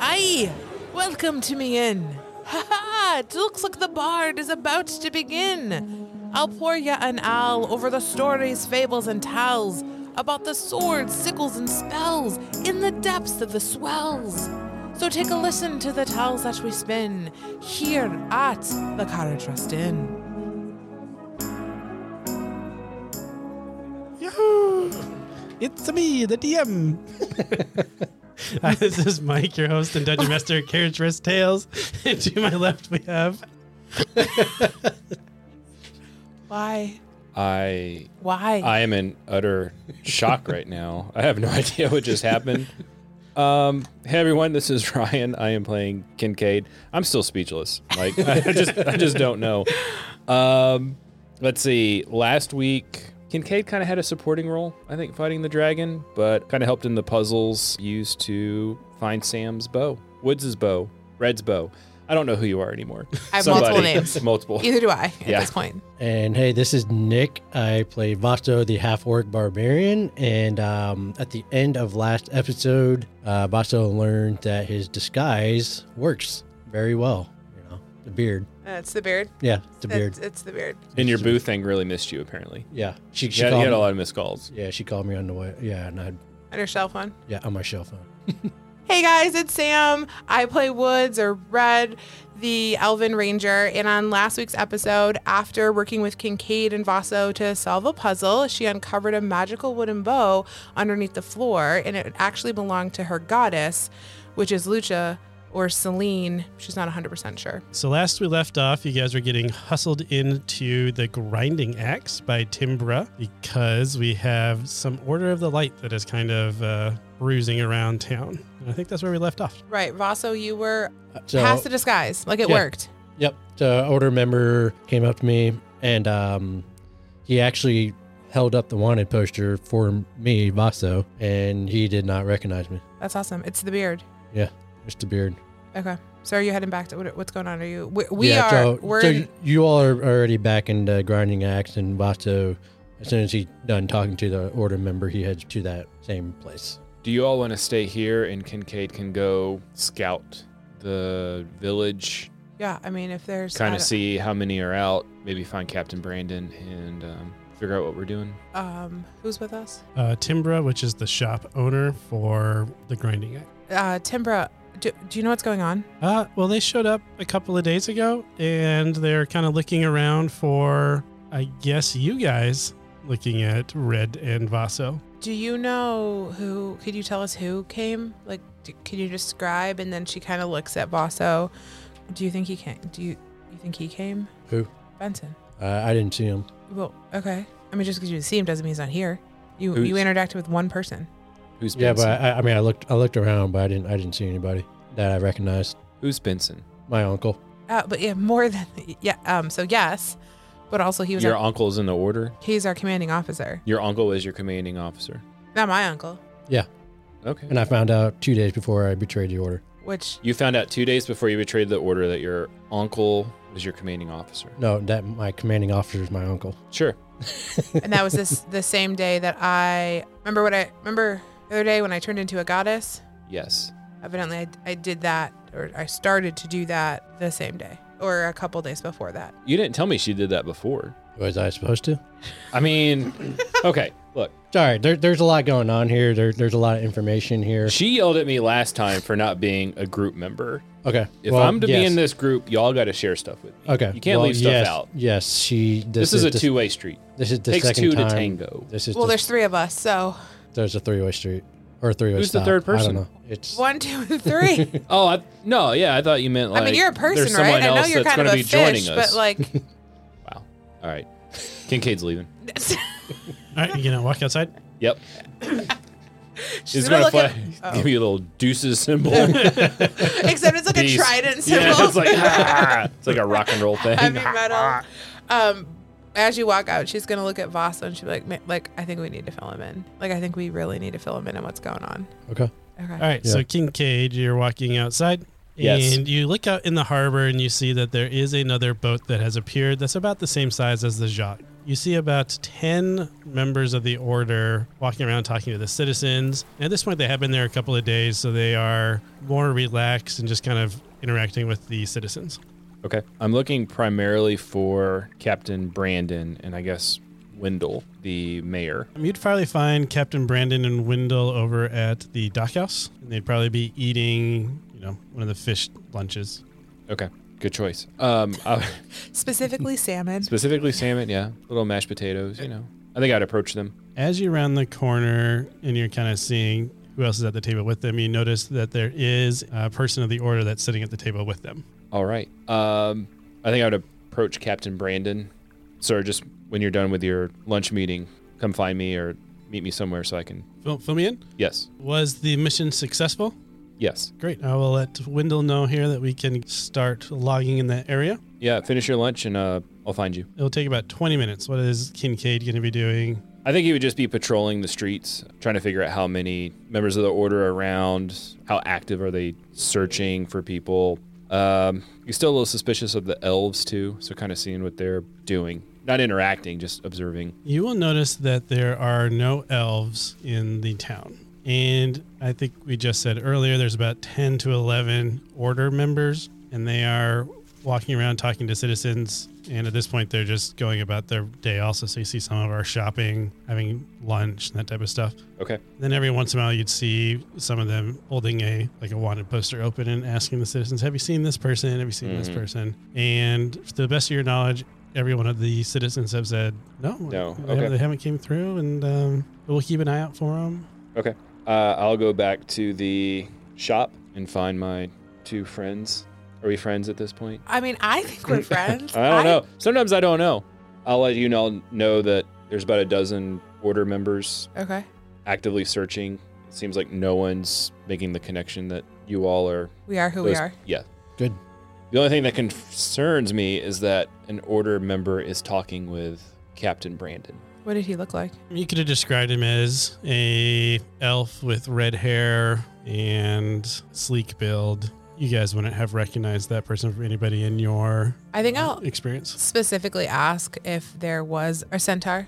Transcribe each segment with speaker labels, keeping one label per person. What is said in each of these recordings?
Speaker 1: Hey, welcome to me in. Ha ha! It looks like the bard is about to begin. I'll pour ya an owl over the stories, fables, and tales about the swords, sickles, and spells in the depths of the swells. So take a listen to the tales that we spin here at the Carriage Rest Inn.
Speaker 2: Yahoo! It's me, the DM.
Speaker 3: Hi, this is Mike, your host and Dungeon Master at Carriage Rest Tales. And to my left, we have.
Speaker 1: Why?
Speaker 4: I
Speaker 1: Why?
Speaker 4: I am in utter shock right now. I have no idea what just happened. Um, hey everyone, this is Ryan. I am playing Kincaid. I'm still speechless. Like I just I just don't know. Um, let's see. Last week, Kincaid kind of had a supporting role. I think fighting the dragon, but kind of helped in the puzzles used to find Sam's bow, Woods' bow, Red's bow. I don't know who you are anymore.
Speaker 1: I have multiple
Speaker 4: Somebody-
Speaker 1: names.
Speaker 4: Multiple.
Speaker 1: Either do I at
Speaker 4: Yeah.
Speaker 1: this point.
Speaker 5: And hey, this is Nick. I play Vasto, the half orc barbarian. And um, at the end of last episode, uh, Vasto learned that his disguise works very well. You know, the beard.
Speaker 1: That's Uh, the beard.
Speaker 5: Yeah, the beard.
Speaker 1: It's, the beard.
Speaker 4: And your boo thing really missed you apparently.
Speaker 5: Yeah, she, she
Speaker 4: She had, he
Speaker 5: called.
Speaker 4: had
Speaker 5: me-
Speaker 4: a lot of missed calls.
Speaker 5: yeah, she called me on the way. Yeah, and I
Speaker 1: On your cell phone.
Speaker 5: yeah on my cell phone.
Speaker 1: Hey guys, it's Sam. I play Woods or Red, the Elven Ranger. And on last week's episode, after working with Kincaid and Vaso to solve a puzzle, she uncovered a magical wooden bow underneath the floor, and it actually belonged to her goddess, which is Lucha or Celine. She's not 100% sure.
Speaker 3: So last we left off, you guys were getting hustled into the Grinding Axe by Timbra because we have some Order of the Light that is kind of uh, bruising around town. And I think that's where we left off.
Speaker 1: Right, Vaso, you were
Speaker 5: So
Speaker 1: past the disguise. Like Uh, it
Speaker 5: Yeah.
Speaker 1: worked.
Speaker 5: Yep. The older member came up to me and um, he actually held up the wanted poster for me, Vaso, and he did not recognize me.
Speaker 1: That's awesome. It's the beard.
Speaker 5: It's the beard.
Speaker 1: Okay. So are you heading back to what, what's going on? Are you? We, we
Speaker 5: Yeah,
Speaker 1: are.
Speaker 5: So,
Speaker 1: we're.
Speaker 5: so
Speaker 1: in-
Speaker 5: you- you all are already back in the grinding axe, and Vaso, as soon as he done talking to the order member, he heads to that same place.
Speaker 4: Do you all want to stay here and Kincaid can go scout the village,
Speaker 1: yeah. I mean, if there's
Speaker 4: kind
Speaker 1: I
Speaker 4: of
Speaker 1: don't-
Speaker 4: see how many are out, maybe find Captain Brandon and um, figure out what we're doing?
Speaker 1: Um, who's with us?
Speaker 3: Uh, Timbra, which is the shop owner for the Grinding Axe.
Speaker 1: Uh, Timbra. Do, do you know what's going on?
Speaker 3: Uh, well, they showed up a couple of days ago and they're kind of looking around for, I guess, you guys looking at Red and Vaso.
Speaker 1: Do you know who? Could you tell us who came? Like, do, can you describe? And then she kind of looks at Vaso. Do you think he came? Do you you think he came?
Speaker 5: Who?
Speaker 1: Benson.
Speaker 5: Uh, I didn't see him.
Speaker 1: Well, okay. I mean, just because you didn't see him doesn't mean he's not here. You you
Speaker 4: Who's-
Speaker 1: interacted with one person.
Speaker 4: Who's
Speaker 5: Yeah,
Speaker 4: Benson?
Speaker 5: but I, I mean, I looked, I looked around, but I didn't, I didn't see anybody that I recognized.
Speaker 4: Who's Benson?
Speaker 5: My uncle.
Speaker 1: Uh, but yeah, more than yeah. Um. So yes, but also he was
Speaker 4: Your
Speaker 1: our,
Speaker 4: uncle's in the order.
Speaker 1: he's our commanding officer.
Speaker 4: Your uncle is your commanding officer.
Speaker 1: Not my uncle.
Speaker 4: Okay.
Speaker 5: And I found out two days before I betrayed the order.
Speaker 1: Which
Speaker 4: you found out two days before you betrayed the order that your uncle was your commanding officer.
Speaker 5: No, that my commanding officer is my uncle.
Speaker 4: Sure.
Speaker 1: and that was this the same day that I remember what I remember the other day when I turned into a goddess.
Speaker 4: Yes.
Speaker 1: Evidently, I, I did that, or I started to do that the same day, or a couple days before that.
Speaker 4: You didn't tell me she did that before.
Speaker 5: Was I supposed to?
Speaker 4: I mean, okay, look.
Speaker 5: Sorry, there, there's a lot going on here. There, there's a lot of information here.
Speaker 4: She yelled at me last time for not being a group member.
Speaker 5: Okay.
Speaker 4: If
Speaker 5: well,
Speaker 4: I'm to be
Speaker 5: yes.
Speaker 4: in this group, y'all got to share stuff with me.
Speaker 5: okay,
Speaker 4: You can't
Speaker 5: well,
Speaker 4: leave stuff
Speaker 5: yes,
Speaker 4: out.
Speaker 5: Yes, she.
Speaker 4: This, is, a
Speaker 5: this-
Speaker 4: two-way street.
Speaker 5: This is the
Speaker 4: Takes
Speaker 5: second
Speaker 4: two
Speaker 5: time.
Speaker 4: to tango.
Speaker 5: This is
Speaker 1: well,
Speaker 5: the-
Speaker 1: there's three of us, so
Speaker 5: there's a three way street or a three way.
Speaker 4: Who's the third person?
Speaker 5: I don't know. It's
Speaker 1: one, two, and three.
Speaker 4: Oh I, no, yeah, I thought you meant like.
Speaker 1: I mean, you're a
Speaker 4: there's
Speaker 1: person,
Speaker 4: someone
Speaker 1: right? I know
Speaker 4: else
Speaker 1: you're
Speaker 4: that's
Speaker 1: kind of a
Speaker 4: gonna be
Speaker 1: fish,
Speaker 4: joining
Speaker 1: but
Speaker 4: us.
Speaker 1: like,
Speaker 4: wow. All right, Kincaid's leaving.
Speaker 3: All right, you gonna walk outside?
Speaker 4: Yep,
Speaker 1: she's
Speaker 4: he's
Speaker 1: gonna,
Speaker 4: gonna
Speaker 1: look
Speaker 4: fly,
Speaker 1: at.
Speaker 4: give
Speaker 1: oh.
Speaker 4: you a little deuces symbol. yeah,
Speaker 1: Except it's like a
Speaker 4: Peace.
Speaker 1: trident symbol.
Speaker 4: it's like ah, it's like a rock and roll thing.
Speaker 1: heavy metal. Um, as you walk out, she's gonna look at Vasa and she'll be like, "Ma- "Like, I think we need to fill him in. Like, I think we really need to fill him in on what's going on."
Speaker 5: okay.
Speaker 1: Okay.
Speaker 3: All right, so Kincaid, you're walking outside.
Speaker 4: Yes.
Speaker 3: And you look out in the harbor and you see that there is another boat that has appeared that's about the same size as the yacht. You see about 10 members of the order walking around talking to the citizens. And at this point, they have been there a couple of days, so they are more relaxed and just kind of interacting with the citizens.
Speaker 4: Okay. I'm looking primarily for Captain Brandon and I guess Wendell, the mayor.
Speaker 3: Um, You'd probably find Captain Brandon and Wendell over at the dockhouse, and they'd probably be eating, you know, one of the fish lunches.
Speaker 4: Okay. Good choice. Um, I-
Speaker 1: Specifically salmon.
Speaker 4: specifically salmon, yeah. Little mashed potatoes, you know. I think I'd approach them.
Speaker 3: As you round the corner and you're kind of seeing who else is at the table with them, you notice that there is a person of the order that's sitting at the table with them.
Speaker 4: All right. Um, I think I would approach Captain Brandon. Sir, just when you're done with your lunch meeting, come find me or meet me somewhere so I can.
Speaker 3: Fill, fill me in.
Speaker 4: Yes.
Speaker 3: Was the mission successful?
Speaker 4: Yes.
Speaker 3: Great. I will let Wendell know here that we can start logging in that area.
Speaker 4: Yeah. Finish your lunch and uh, I'll find you.
Speaker 3: It'll take about 20 minutes. What is Kincaid going to be doing?
Speaker 4: I think he would just be patrolling the streets, trying to figure out how many members of the order are around, how active are they searching for people. Um, he's still a little suspicious of the elves too, so kind of seeing what they're doing, not interacting, just observing.
Speaker 3: You will notice that there are no elves in the town. And I think we just said earlier there's about 10 to 11 order members, and they are walking around talking to citizens. And at this point, they're just going about their day also. So you see some of our shopping, having lunch, and that type of stuff.
Speaker 4: Okay.
Speaker 3: Then every once in a while, you'd see some of them holding a like a wanted poster open and asking the citizens, "Have you seen this person? Have you seen this
Speaker 4: Mhm.
Speaker 3: person?" And to the best of your knowledge, every one of the citizens have said, "No,
Speaker 4: No,
Speaker 3: they, haven't,
Speaker 4: okay.
Speaker 3: they haven't came through, and um, we'll keep an eye out for them."
Speaker 4: Okay. Uh, I'll go back to the shop and find my two friends. Are we friends at this point?
Speaker 1: I mean, I think we're friends.
Speaker 4: I don't know. Sometimes I don't know. I'll let you know, know that there's about a dozen order members
Speaker 1: Okay.
Speaker 4: actively searching. It seems like no one's making the connection that you all are.
Speaker 1: We are who we
Speaker 4: those-
Speaker 1: are.
Speaker 4: Yeah.
Speaker 5: Good.
Speaker 4: The only thing that concerns me is that an order member is talking with Captain Brandon.
Speaker 1: What did he look like?
Speaker 3: You could have described him as a elf with red hair and sleek build. You guys wouldn't have recognized that person from anybody in your
Speaker 1: I think I'll
Speaker 3: experience.
Speaker 1: specifically ask if there was a centaur.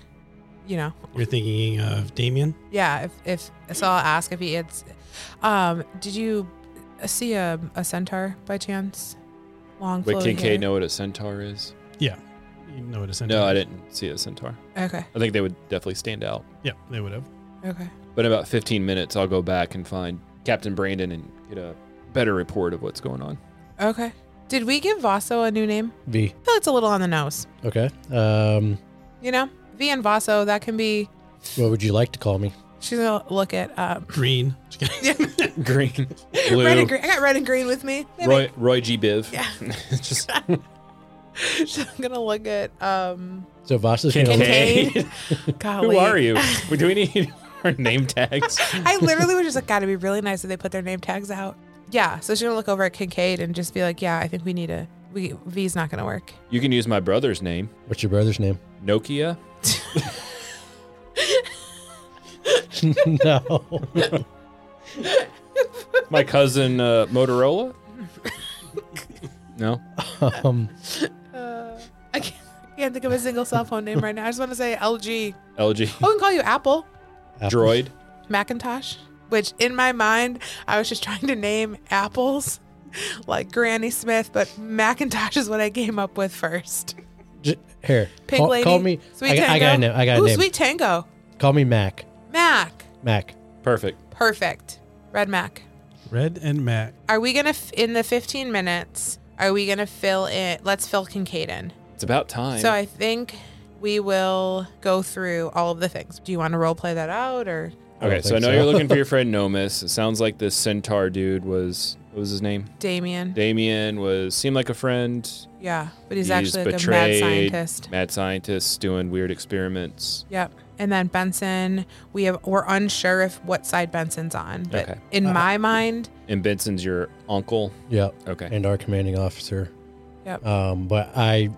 Speaker 1: You know,
Speaker 3: You're thinking of Damien.
Speaker 1: yeah. If if so, I'll ask if he had. s- Um, did you see a, a centaur by chance? Long.
Speaker 4: Would
Speaker 1: floating
Speaker 4: Kincaid
Speaker 1: hair.
Speaker 4: know what a centaur is?
Speaker 3: You know what a centaur
Speaker 4: No, I
Speaker 3: is.
Speaker 4: didn't see a centaur.
Speaker 1: Okay.
Speaker 4: I think they would definitely stand out.
Speaker 3: Yeah, they would have.
Speaker 1: Okay.
Speaker 4: But in about 15 minutes, I'll go back and find Captain Brandon and get a better report of what's going on.
Speaker 1: Okay. Did we give Vaso a new name?
Speaker 5: V.
Speaker 1: I feel it's a little on the nose.
Speaker 5: Okay. Um,
Speaker 1: You know, V and Vaso. That can be.
Speaker 5: what would you like to call me?
Speaker 1: She's gonna look at. Um,
Speaker 3: Green. Just kidding.
Speaker 4: Green, blue,
Speaker 1: red and green. I got red and green with me. Maybe.
Speaker 4: Roy, Roy G. Biv.
Speaker 1: Yeah.
Speaker 4: Just
Speaker 1: She's gonna look at. um
Speaker 5: So Vasa's
Speaker 4: Kincaid.
Speaker 5: gonna look,
Speaker 1: Kincaid.
Speaker 4: Who
Speaker 1: Golly.
Speaker 4: are you? Do we need our name tags?
Speaker 1: I literally was just like, gotta be really nice if they put their name tags out. Yeah, so she's gonna look over at Kincaid and just be like, yeah, I think we need a we V's not gonna work.
Speaker 4: You can use my brother's name,
Speaker 5: what's your brother's name?
Speaker 4: Nokia.
Speaker 5: no.
Speaker 4: My cousin uh, Motorola. No.
Speaker 5: Um,
Speaker 1: Uh, I can't, can't think of a single cell phone name right now. I just want to say LG.
Speaker 4: LG.
Speaker 1: Oh, we can call you Apple,
Speaker 4: Droid.
Speaker 1: Macintosh. Which in my mind, I was just trying to name apples, like Granny Smith, but Macintosh is what I came up with first.
Speaker 5: j- here.
Speaker 1: Pig
Speaker 5: call,
Speaker 1: lady.
Speaker 5: call me.
Speaker 1: Sweet
Speaker 5: I, got- I got a
Speaker 1: Tango.
Speaker 5: name. I got a
Speaker 1: Ooh,
Speaker 5: name.
Speaker 1: Sweet Tango,
Speaker 5: Call me Mac.
Speaker 1: Mac,
Speaker 5: Mac.
Speaker 4: Perfect.
Speaker 1: perfect, Red Mac.
Speaker 3: Red and Mac.
Speaker 1: Are we gonna f- in the 15 minutes? Are we gonna fill in? Let's fill Kincaid in.
Speaker 4: It's about time.
Speaker 1: So I think we will go through all of the things. Do you want to role play that out or?
Speaker 5: I
Speaker 4: okay,
Speaker 5: don't
Speaker 4: so I
Speaker 5: think
Speaker 4: know
Speaker 5: so.
Speaker 4: you're looking for your friend Nomus. It sounds like this centaur dude was what was his name?
Speaker 1: Damien.
Speaker 4: Damien was seemed like a friend.
Speaker 1: yeah, but he's,
Speaker 4: he's
Speaker 1: actually like a mad
Speaker 4: betrayed.
Speaker 1: scientist.
Speaker 4: Mad scientist doing weird experiments.
Speaker 1: Yep. And then Benson, we have we're unsure if what side Benson's on, but
Speaker 4: Okay.
Speaker 1: in my mind,
Speaker 4: And Benson's your uncle.
Speaker 5: Yep.
Speaker 4: Okay.
Speaker 5: and our commanding officer.
Speaker 1: Yep.
Speaker 5: Um, but I,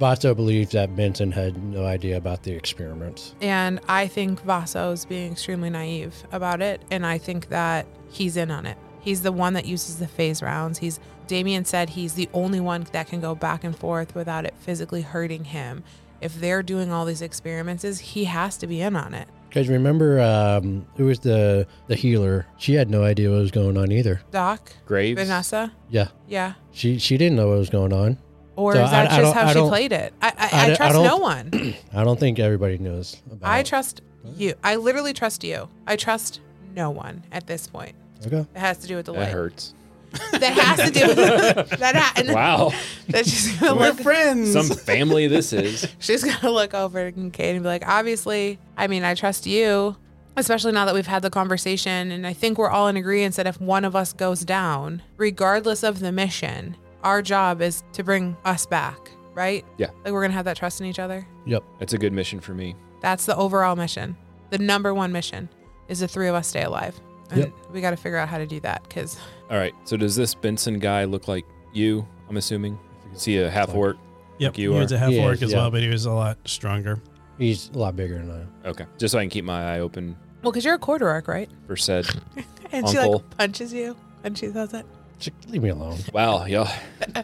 Speaker 5: Vato believes that Benson had no idea about the experiments.
Speaker 1: and I think Vaso's being extremely naive about it, and I think that he's in on it. He's the one that uses the phase rounds. He's Damien said he's the only one that can go back and forth without it physically hurting him. if they're doing all these experiments, is he has to be in on it.
Speaker 5: Because remember, um, it was the the healer. She had no idea what was going on either.
Speaker 1: Doc,
Speaker 4: Graves.
Speaker 1: Vanessa,
Speaker 5: Yeah,
Speaker 1: yeah.
Speaker 5: she she didn't know what was going on.
Speaker 1: Or
Speaker 5: So
Speaker 1: is
Speaker 5: I-
Speaker 1: that
Speaker 5: I
Speaker 1: just
Speaker 5: don't-
Speaker 1: how
Speaker 5: I
Speaker 1: she
Speaker 5: don't-
Speaker 1: played it? I I,
Speaker 5: I
Speaker 1: I,
Speaker 5: don't- I
Speaker 1: trust
Speaker 5: don't-
Speaker 1: no one.
Speaker 5: I don't think everybody knows about.
Speaker 1: I trust you. I literally trust you. I trust no one at this point.
Speaker 5: Okay.
Speaker 1: It has to do with the
Speaker 4: That
Speaker 1: light.
Speaker 4: hurts.
Speaker 1: That has to do with that. Ha- and
Speaker 4: Wow.
Speaker 1: That she's gonna
Speaker 2: We're
Speaker 1: look.
Speaker 2: friends.
Speaker 4: Some family this is.
Speaker 1: She's gonna look over at Kincaid and be like, obviously, I mean, I trust you, especially now that we've had the conversation, and I think we're all in agreement that if one of us goes down, regardless of the mission, our job is to bring us back, right?
Speaker 4: Yeah.
Speaker 1: Like we're gonna have that trust in each other.
Speaker 5: Yep.
Speaker 4: That's a good mission for me.
Speaker 1: That's the overall mission. The number one mission is the three of us stay alive. And
Speaker 5: Yep.
Speaker 1: we got to figure out how to do that because
Speaker 4: All right. So does this Benson guy look like you? I'm assuming. You can see a half orc.
Speaker 3: Yep,
Speaker 4: you
Speaker 3: he was
Speaker 4: are.
Speaker 3: a half
Speaker 5: He
Speaker 3: orc
Speaker 5: is,
Speaker 3: as
Speaker 5: yeah.
Speaker 3: well, but he was a lot stronger.
Speaker 5: He's a lot bigger than I. am.
Speaker 4: Okay. Just so I can keep my eye open
Speaker 1: well, because you're a quarter arc, right?
Speaker 4: for said.
Speaker 1: And she
Speaker 4: Uncle.
Speaker 1: like punches you and she says it.
Speaker 5: Just leave me alone.
Speaker 4: Wow, y'all.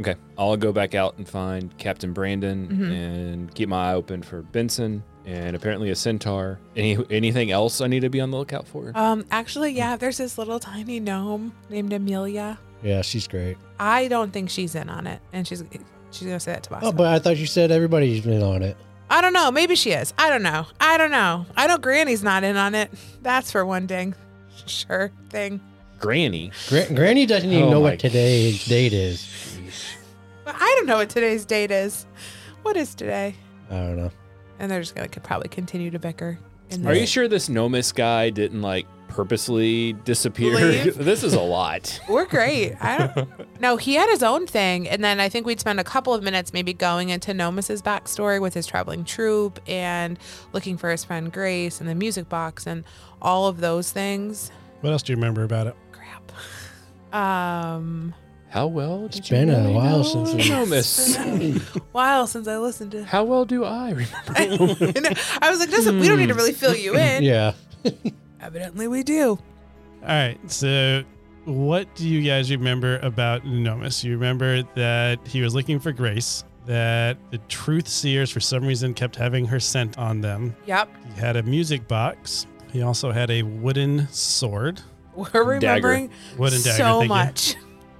Speaker 4: okay. I'll go back out and find Captain Brandon
Speaker 1: Mhm.
Speaker 4: and keep my eye open for Benson and apparently a centaur. Any anything else I need to be on the lookout for?
Speaker 1: Um, actually, yeah, there's this little tiny gnome named Amelia.
Speaker 5: Yeah, she's great.
Speaker 1: I don't think she's in on it, and she's she's gonna say that to Bosco.
Speaker 5: Oh, but I thought you said everybody's been on it.
Speaker 1: I don't know. Maybe she is. I don't know. I don't know. I know Granny's not in on it. That's for one dang sure thing.
Speaker 4: Granny.
Speaker 5: Gran- Granny doesn't even
Speaker 4: Oh
Speaker 5: know
Speaker 4: my-
Speaker 5: what today's date is.
Speaker 1: But I don't know what today's date is. What is today?
Speaker 5: I don't know.
Speaker 1: And they're just gonna could probably continue to bicker. in
Speaker 4: Are
Speaker 1: this.
Speaker 4: you sure this Nomus guy didn't like purposely disappear?
Speaker 1: Leave?
Speaker 4: this is a lot.
Speaker 1: We're great. I don't. No, he had his own thing, and then I think we'd spend a couple of minutes maybe going into Nomus's backstory with his traveling troupe and looking for his friend Grace and the music box and all of those things.
Speaker 3: What else do you remember about it?
Speaker 1: Crap. Um,
Speaker 4: How well? It's
Speaker 5: been a while since we-
Speaker 4: Nomus.
Speaker 1: while since I listened to.
Speaker 4: How well do I remember?
Speaker 1: I was like, this, we don't need to really fill you in.
Speaker 5: Yeah.
Speaker 1: Evidently, we do.
Speaker 3: All right, so what do you guys remember about Nomus? You remember that he was looking for Grace, that the truth seers for some reason kept having her scent on them.
Speaker 1: Yep,
Speaker 3: He had a music box. He also had a wooden sword,
Speaker 1: we're remembering
Speaker 3: wooden dagger.
Speaker 1: so
Speaker 3: thank you.
Speaker 1: much.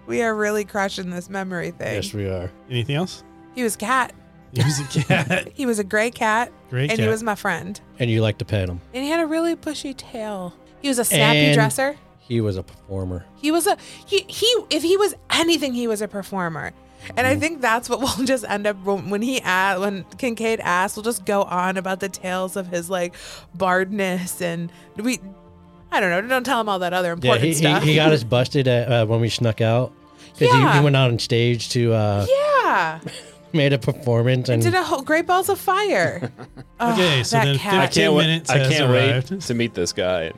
Speaker 1: We are really crushing this memory thing.
Speaker 5: Yes, we are.
Speaker 3: Anything else?
Speaker 1: He was a cat.
Speaker 3: He was a cat.
Speaker 1: He was a gray cat,
Speaker 3: Great
Speaker 1: and
Speaker 3: cat.
Speaker 1: he was my friend.
Speaker 5: And you like to pet him.
Speaker 1: and he had a really bushy tail. He was a snappy
Speaker 5: And-
Speaker 1: dresser.
Speaker 5: He was a performer.
Speaker 1: He was a he he if he was anything, he was a performer. And
Speaker 5: Mm.
Speaker 1: I think that's what we'll just end up when when he asked, when Kincaid asked, we'll just go on about the tales of his like bardness and we, I don't know, don't tell him all that other
Speaker 5: Yeah,
Speaker 1: important
Speaker 5: he, he,
Speaker 1: stuff.
Speaker 5: he got us busted at, uh, when we snuck out because he,
Speaker 1: Yeah.
Speaker 5: he went out on stage to uh,
Speaker 1: yeah,
Speaker 5: made a performance and
Speaker 1: did a whole great balls of fire. Ugh,
Speaker 3: Okay, so
Speaker 1: that
Speaker 3: then
Speaker 4: I
Speaker 1: cat.
Speaker 4: can't
Speaker 3: 15
Speaker 4: wait.
Speaker 3: minutes
Speaker 4: I
Speaker 3: has
Speaker 4: can't wait
Speaker 3: arrived.
Speaker 4: to meet this guy.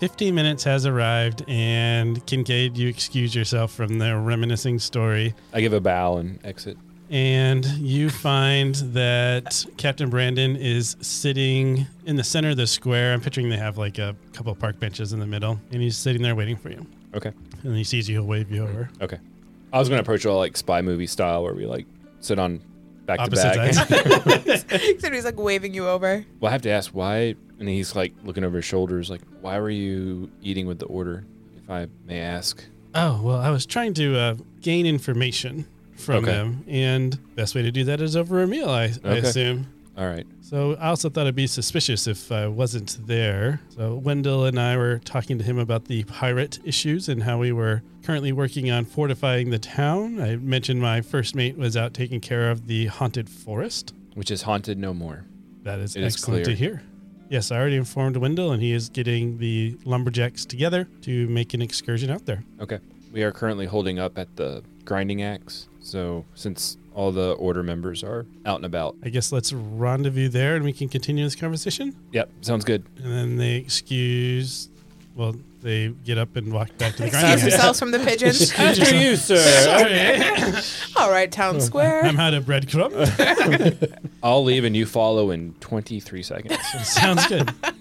Speaker 3: 15 minutes has arrived, and Kincaid, you excuse yourself from the reminiscing story.
Speaker 4: I give a bow and exit.
Speaker 3: and you find that Captain Brandon is sitting in the center of the square. I'm picturing they have like a couple of park benches in the middle, and he's sitting there waiting for you.
Speaker 4: Okay.
Speaker 3: And he sees you, he'll wave you over.
Speaker 4: Okay. I was gonna approach it all like spy movie style, where we like sit on back
Speaker 3: Opposite
Speaker 4: to back.
Speaker 3: sides.
Speaker 1: so he's like waving you over.
Speaker 4: well, I have to ask why, and he's like looking over his shoulders, like, why were you eating with the order, if I may ask?
Speaker 3: oh, well, I was trying to uh, gain information from
Speaker 4: Okay.
Speaker 3: him, and best way to do that is over a meal, I, I
Speaker 4: Okay.
Speaker 3: assume.
Speaker 4: All right.
Speaker 3: So I also thought it'd be suspicious if I wasn't there. So Wendell and I were talking to him about the pirate issues and how we were currently working on fortifying the town. I mentioned my first mate was out taking care of the haunted forest.
Speaker 4: Which is haunted no more.
Speaker 3: That is
Speaker 4: It is
Speaker 3: excellent to
Speaker 4: clear.
Speaker 3: hear. Yes, I already informed Wendell, and he is getting the lumberjacks together to make an excursion out there.
Speaker 4: Okay. We are currently holding up at the grinding axe. So since all the order members are out and about.
Speaker 3: I guess let's rendezvous there, and we can continue this conversation.
Speaker 4: Yep, sounds good.
Speaker 3: And then they excuse. Well, they get up and walk back to the
Speaker 1: Excuse
Speaker 3: grinding.
Speaker 1: themselves from the pigeons.
Speaker 3: After you, sir.
Speaker 1: All right,
Speaker 5: Oh,
Speaker 1: town square.
Speaker 3: I'm out of breadcrumb.
Speaker 4: I'll leave and you follow in 23 seconds.
Speaker 3: Sounds good.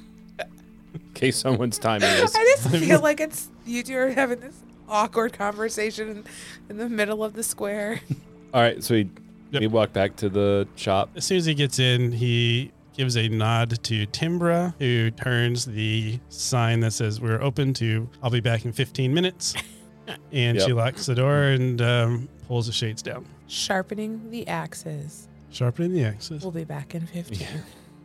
Speaker 4: in case someone's timing this.
Speaker 1: I just feel like it's you two are having this awkward conversation in, in the middle of the square.
Speaker 4: All right, so we
Speaker 3: Yep.
Speaker 4: We walk back to the shop.
Speaker 3: As soon as he gets in, he gives a nod to Timbra, who turns the sign that says, We're open to, I'll be back in 15 minutes. And she
Speaker 4: Yep.
Speaker 3: locks the door and um, pulls the shades down,
Speaker 1: Sharpening the axes.
Speaker 3: sharpening the axes.
Speaker 1: We'll be back in 15.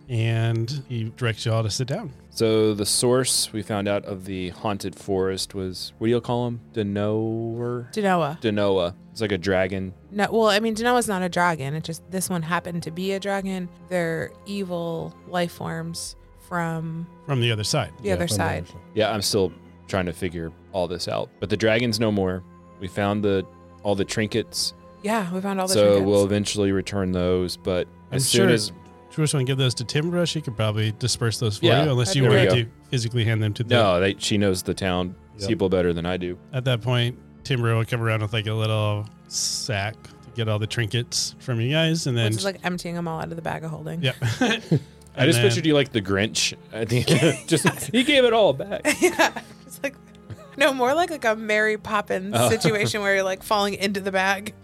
Speaker 3: And he directs you all to sit down.
Speaker 4: So the source we found out of the haunted forest was what do you call him? Denoer.
Speaker 1: Genoa.
Speaker 4: Denoa. It's like a dragon.
Speaker 1: No, well, I mean, Genoa's not a dragon. It just, this one happened to be a dragon. They're evil life forms from
Speaker 3: From the other side,
Speaker 1: the other side.
Speaker 4: Yeah, I'm still trying to figure all this out. But the dragon's no more. We found the all the trinkets.
Speaker 1: Yeah, we found all the
Speaker 4: so
Speaker 1: trinkets.
Speaker 4: we'll eventually return those. But
Speaker 3: I'm
Speaker 4: as soon
Speaker 3: sure-
Speaker 4: as
Speaker 3: She just want to give those to Timbra. She could probably disperse those for
Speaker 4: Yeah.
Speaker 3: you, unless
Speaker 1: That'd
Speaker 3: you
Speaker 1: be
Speaker 3: wanted
Speaker 4: great.
Speaker 3: to physically hand them to them.
Speaker 4: no, they, she knows the town
Speaker 3: Yep.
Speaker 4: people better than I do.
Speaker 3: At that point, Timbra would come around with like a little sack to get all the trinkets from you guys, and then
Speaker 1: Which is like emptying them all out of the bag of holding.
Speaker 3: yep.
Speaker 4: I just pictured you like the Grinch. I think just he gave it all back.
Speaker 1: yeah. It's like no more like like a Mary Poppins
Speaker 4: Oh.
Speaker 1: situation where you're like falling into the bag.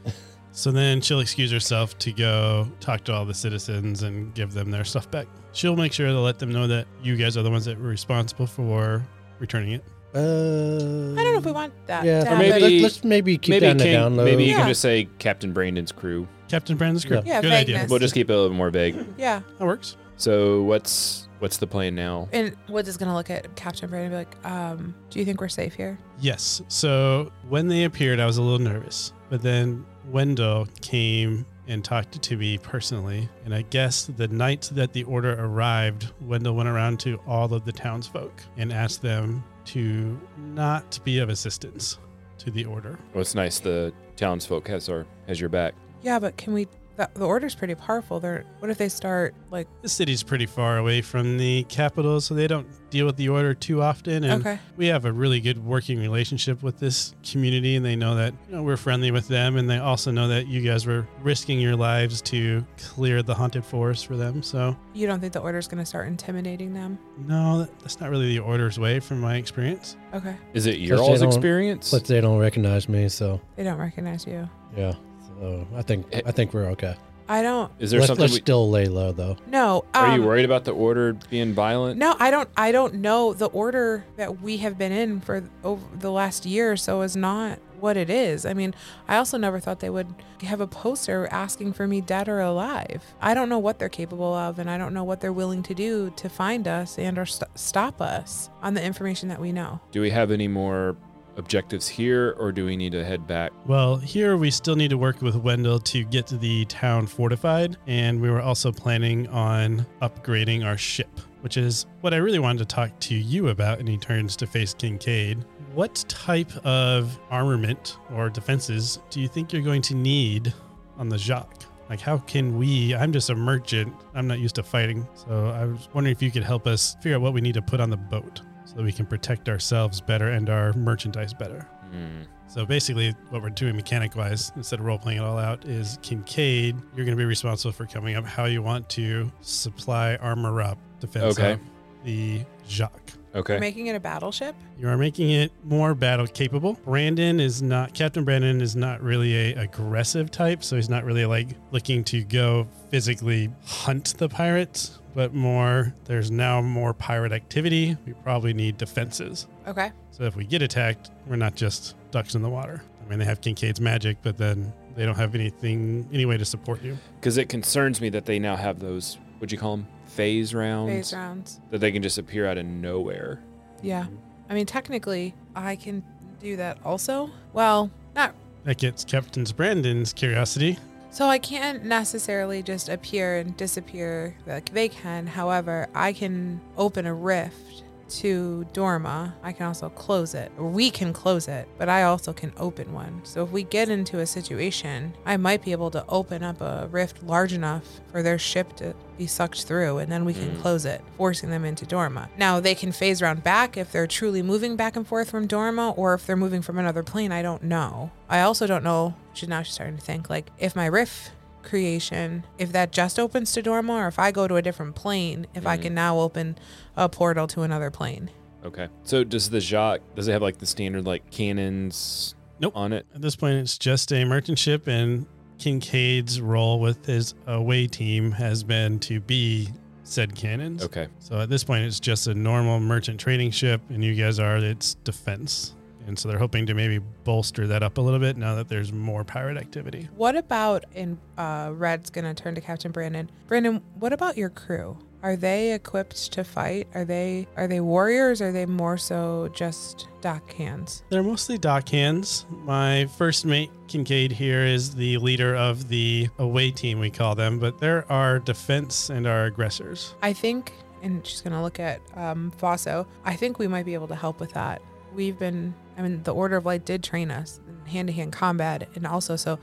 Speaker 3: So then she'll excuse herself to go talk to all the citizens and give them their stuff back. She'll make sure to let them know that you guys are the ones that were responsible for returning it.
Speaker 5: Uh, I don't
Speaker 1: I don't know if we want that.
Speaker 5: Yeah,
Speaker 1: to
Speaker 5: or
Speaker 1: happen.
Speaker 5: maybe,
Speaker 4: maybe-
Speaker 5: let's, let's maybe keep
Speaker 4: maybe
Speaker 5: that in the
Speaker 4: King-
Speaker 5: down low.
Speaker 4: maybe you
Speaker 1: Yeah.
Speaker 4: can just say Captain Brandon's crew.
Speaker 3: Captain Brandon's crew.
Speaker 1: Yeah,
Speaker 3: Good idea.
Speaker 1: vagueness.
Speaker 4: We'll just keep it a little more vague.
Speaker 1: yeah.
Speaker 3: That works.
Speaker 4: So what's what's the plan now?
Speaker 1: And Woods is gonna look at Captain Brandon and be like, um, do you think we're safe here?
Speaker 3: Yes. So when they appeared, I was a little nervous. But then Wendell came and talked to me personally. And I guess the night that the order arrived, Wendell went around to all of the townsfolk and asked them to not be of assistance to the order.
Speaker 4: Well, it's nice the townsfolk has our has your back.
Speaker 1: Yeah, but can we the, the order's pretty powerful. They're what if they start like
Speaker 3: The city's pretty far away from the capital, so they don't deal with the order too often. And
Speaker 1: Okay.
Speaker 3: we have a really good working relationship with this community, and they know that you know, we're friendly with them, and they also know that you guys were risking your lives to clear the haunted forest for them. So,
Speaker 1: you don't think the order's gonna start intimidating them?
Speaker 3: no, that- that's not really the order's way, from my experience.
Speaker 1: Okay.
Speaker 4: Is it your
Speaker 5: Plus,
Speaker 4: all's
Speaker 5: they don't-
Speaker 4: experience?
Speaker 5: But they don't recognize me, so
Speaker 1: They don't recognize you.
Speaker 5: yeah. So I think
Speaker 4: Eh.
Speaker 5: I think we're okay.
Speaker 1: I don't
Speaker 4: Is there
Speaker 5: let's
Speaker 4: something?
Speaker 5: let's
Speaker 4: We,
Speaker 5: still lay low though.
Speaker 1: no. Um,
Speaker 4: are you worried about the order being violent?
Speaker 1: No, I don't. I don't know the order that we have been in for th- over the last year or so is not what it is. I mean, I also never thought they would have a poster asking for me dead or alive. I don't know what they're capable of, and I don't know what they're willing to do to find us and or st- stop us on the information that we know.
Speaker 4: Do we have any more objectives here, or do we need to head back?
Speaker 3: Well, here we still need to work with Wendell to get the town fortified, and we were also planning on upgrading our ship, which is what I really wanted to talk to you about. And he turns to face Kincaid. What type of armament or defenses do you think you're going to need on the Jacques? Like, how can we? I'm just a merchant. I'm not used to fighting. So I was wondering if you could help us figure out what we need to put on the boat so that we can protect ourselves better and our merchandise better.
Speaker 4: Hmm.
Speaker 3: So basically, what we're doing mechanic wise, instead of role playing it all out, is Kincaid, you're going to be responsible for coming up how you want to supply armor up, defense
Speaker 4: Okay.
Speaker 3: up the Jacques.
Speaker 4: Okay.
Speaker 1: Making it a battleship.
Speaker 3: You are making it more battle capable. Brandon is not, Captain Brandon is not really a aggressive type, so he's not really like looking to go physically hunt the pirates, but more, there's now more pirate activity. We probably need defenses.
Speaker 1: Okay.
Speaker 3: So if we get attacked, we're not just ducks in the water. I mean, they have Kincaid's magic, but then they don't have anything, any way to support you.
Speaker 4: Because it concerns me that they now have those. What'd you call them? Phase rounds.
Speaker 1: Phase rounds.
Speaker 4: That they can just appear out of nowhere.
Speaker 1: Yeah.
Speaker 4: Mm-hmm.
Speaker 1: I mean, technically, I can do that also. Well, not
Speaker 3: That gets Captain Brandon's curiosity.
Speaker 1: So I can't necessarily just appear and disappear like they can. However, I can open a rift to Dorma. I can also close it. Or we can close it, but I also can open one. So if we get into a situation, I might be able to open up a rift large enough for their ship to be sucked through and then we can close it, forcing them into Dorma. Now they can phase round back if they're truly moving back and forth from Dorma or if they're moving from another plane. I don't know. I also don't know. She's now she's starting to think like if my riff creation, if that just opens to Dorma or if I go to a different plane, if I can now open a portal to another plane.
Speaker 4: Okay. So does the Jacques? Does it have like the standard like cannons?
Speaker 3: Nope.
Speaker 4: On it.
Speaker 3: At this point, it's just a merchant ship, and Kincaid's role with his away team has been to be said cannons.
Speaker 4: Okay.
Speaker 3: So at this point, it's just a normal merchant trading ship, and you guys are its defense. And so they're hoping to maybe bolster that up a little bit now that there's more pirate activity.
Speaker 1: What about and uh, Red's gonna turn to Captain Brandon. Brandon, what about your crew? Are they equipped to fight? Are they are they warriors? Are they more so just dock hands?
Speaker 3: They're mostly dock hands. My first mate, Kincaid, here is the leader of the away team, we call them, but there are defense and our aggressors.
Speaker 1: I think, and she's gonna look at um, Fosso. I think we might be able to help with that. We've been, I mean, the Order of Light did train us in hand-to-hand combat, and also so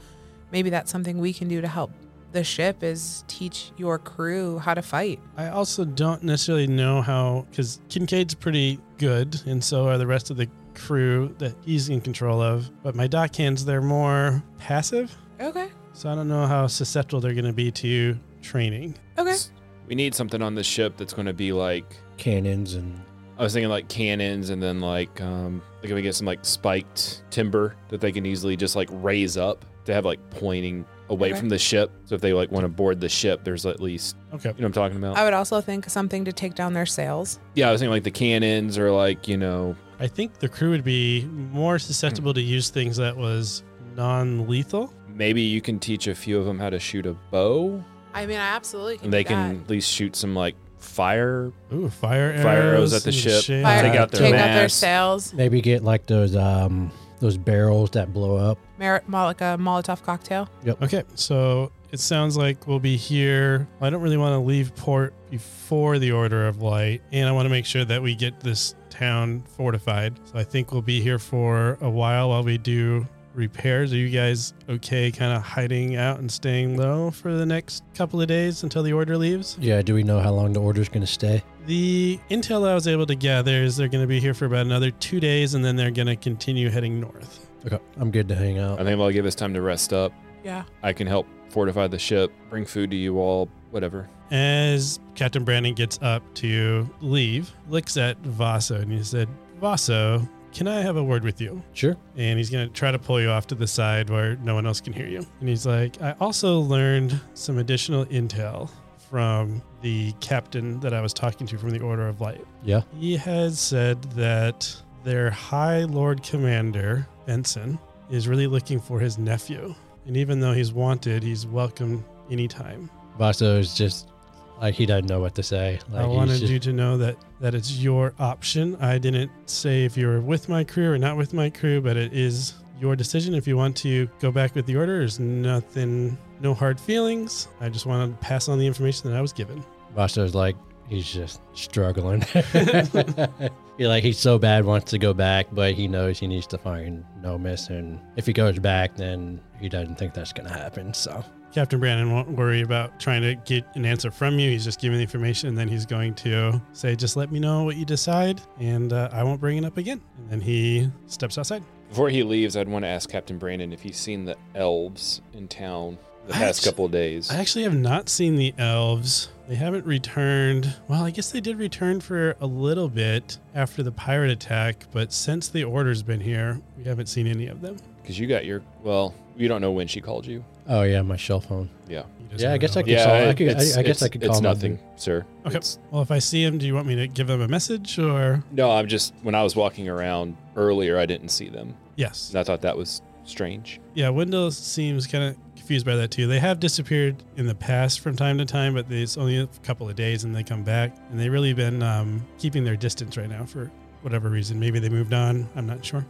Speaker 1: maybe that's something we can do to help the ship is teach your crew how to fight.
Speaker 3: I also don't necessarily know how, because Kincaid's pretty good, and so are the rest of the crew that he's in control of. But my dock hands, they're more passive,
Speaker 1: Okay.
Speaker 3: so I don't know how susceptible they're going to be to training.
Speaker 1: Okay.
Speaker 4: We need something on this ship that's going to be like
Speaker 5: Cannons and
Speaker 4: I was thinking like cannons and then like um like can we get some like spiked timber that they can easily just like raise up to have like pointing away
Speaker 1: Okay.
Speaker 4: from the ship. So if they like want to board the ship, there's at least
Speaker 3: Okay.
Speaker 4: you know what I'm talking about.
Speaker 1: I would also think something to take down their sails.
Speaker 4: yeah, I was thinking like the cannons or like, you know,
Speaker 3: I think the crew would be more susceptible to use things that was non lethal.
Speaker 4: maybe you can teach a few of them how to shoot a bow
Speaker 1: I mean, I absolutely can.
Speaker 4: and they can at least shoot some like fire
Speaker 3: Ooh, fire arrows.
Speaker 4: fire arrows at the
Speaker 3: and
Speaker 4: ship.
Speaker 3: shit.
Speaker 1: Fire-
Speaker 4: Take out their
Speaker 1: take
Speaker 4: mass.
Speaker 1: out their sails.
Speaker 5: maybe get like those um those barrels that blow up.
Speaker 1: Mer- mo- like a Molotov cocktail.
Speaker 3: Okay, so it sounds like we'll be here. I don't really want to leave port before the Order of Light, and I want to make sure that we get this town fortified. So I think we'll be here for a while while we do repairs. Are you guys okay kind of hiding out and staying low for the next couple of days until the Order leaves?
Speaker 5: Yeah, do we know how long the order's gonna stay?
Speaker 3: The intel I was able to gather is they're going to be here for about another two days, and then they're going to continue heading north.
Speaker 5: Okay. I'm good to hang
Speaker 4: I
Speaker 5: out.
Speaker 4: think that'll give us time to rest up.
Speaker 1: Yeah.
Speaker 4: I can help fortify the ship, bring food to you all, whatever.
Speaker 3: As Captain Brandon gets up to leave, looks at Vaso and he said, Vaso, can I have a word with you?
Speaker 5: Sure.
Speaker 3: And he's going to try to pull you off to the side where no one else can hear you. And he's like, I also learned some additional intel from the captain that I was talking to from the Order of Light.
Speaker 5: Yeah.
Speaker 3: He has said that their High Lord Commander, Benson, is really looking for his nephew. And even though he's wanted, he's welcome anytime.
Speaker 5: Vaso is just like he doesn't know what to say. Like
Speaker 3: I
Speaker 5: he's
Speaker 3: wanted
Speaker 5: just-
Speaker 3: you to know that that it's your option. I didn't say if you're with my crew or not with my crew, but it is your decision. If you want to go back with the order, there's nothing, no hard feelings. I just wanted to pass on the information that I was given.
Speaker 5: Vaso's like he's just struggling. he like he's so bad wants to go back, but he knows he needs to find Nomis, and if he goes back, then he doesn't think that's gonna happen. So
Speaker 3: Captain Brandon won't worry about trying to get an answer from you. He's just giving the information, and then he's going to say, "Just let me know what you decide, and uh, I won't bring it up again." And then he steps outside.
Speaker 4: Before he leaves, I'd want to ask Captain Brandon if he's seen the elves in town the
Speaker 3: I
Speaker 4: past
Speaker 3: actu-
Speaker 4: couple of days.
Speaker 3: I actually have not seen the elves. They haven't returned. Well, I guess they did return for a little bit after the pirate attack, but since the order's been here, we haven't seen any of them.
Speaker 4: Because you got your, well, you don't know when she called you.
Speaker 5: oh yeah, my shell phone.
Speaker 4: Yeah.
Speaker 3: He doesn't
Speaker 5: Yeah, I guess
Speaker 3: know.
Speaker 5: I could- call-
Speaker 4: it-
Speaker 5: could- I-
Speaker 4: it's-
Speaker 5: I guess I
Speaker 4: it's-
Speaker 5: could
Speaker 4: It's
Speaker 5: call my
Speaker 4: nothing, sir.
Speaker 3: Okay.
Speaker 4: It's-
Speaker 3: Well, if I see them, do you want me to give them a message or?
Speaker 4: no, I'm just, when I was walking around earlier, I didn't see them.
Speaker 3: Yes.
Speaker 4: And I thought that was strange.
Speaker 3: Yeah, Wendell seems kind of confused by that too. They have disappeared in the past from time to time, but it's only a couple of days and they come back. And they've really been um, keeping their distance right now for whatever reason. Maybe they moved on. I'm not sure.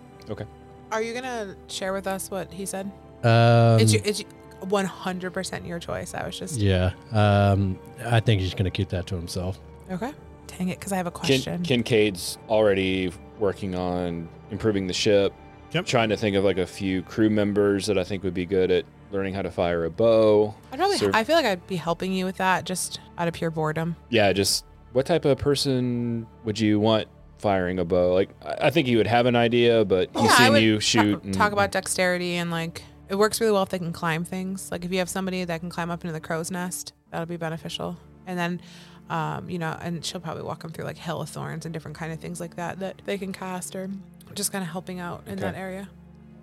Speaker 1: Are you gonna share with us what he said?
Speaker 5: Um,
Speaker 1: it's your, it's one hundred percent your choice. I was just
Speaker 5: yeah, um, I think he's gonna keep that to himself.
Speaker 1: okay. Dang it, because I have a question.
Speaker 4: Kin- Kincaid's already working on improving the ship.
Speaker 3: Yep.
Speaker 4: Trying to think of like a few crew members that I think would be good at learning how to fire a bow.
Speaker 1: I'd probably,
Speaker 4: Sir-
Speaker 1: I feel like I'd be helping you with that just out of pure boredom.
Speaker 4: Yeah, just what type of person would you want firing a bow? Like, I I think he would have an idea, but he's
Speaker 1: Yeah, I
Speaker 4: seen
Speaker 1: would
Speaker 4: you
Speaker 1: ta-
Speaker 4: shoot. and-
Speaker 1: Talk about dexterity and like it works really well if they can climb things. Like if you have somebody that can climb up into the crow's nest, that'll be beneficial. And then, um, you know, and she'll probably walk them through like hell of thorns and different kind of things like that that they can cast or just kind of helping out in
Speaker 4: Okay.
Speaker 1: that area.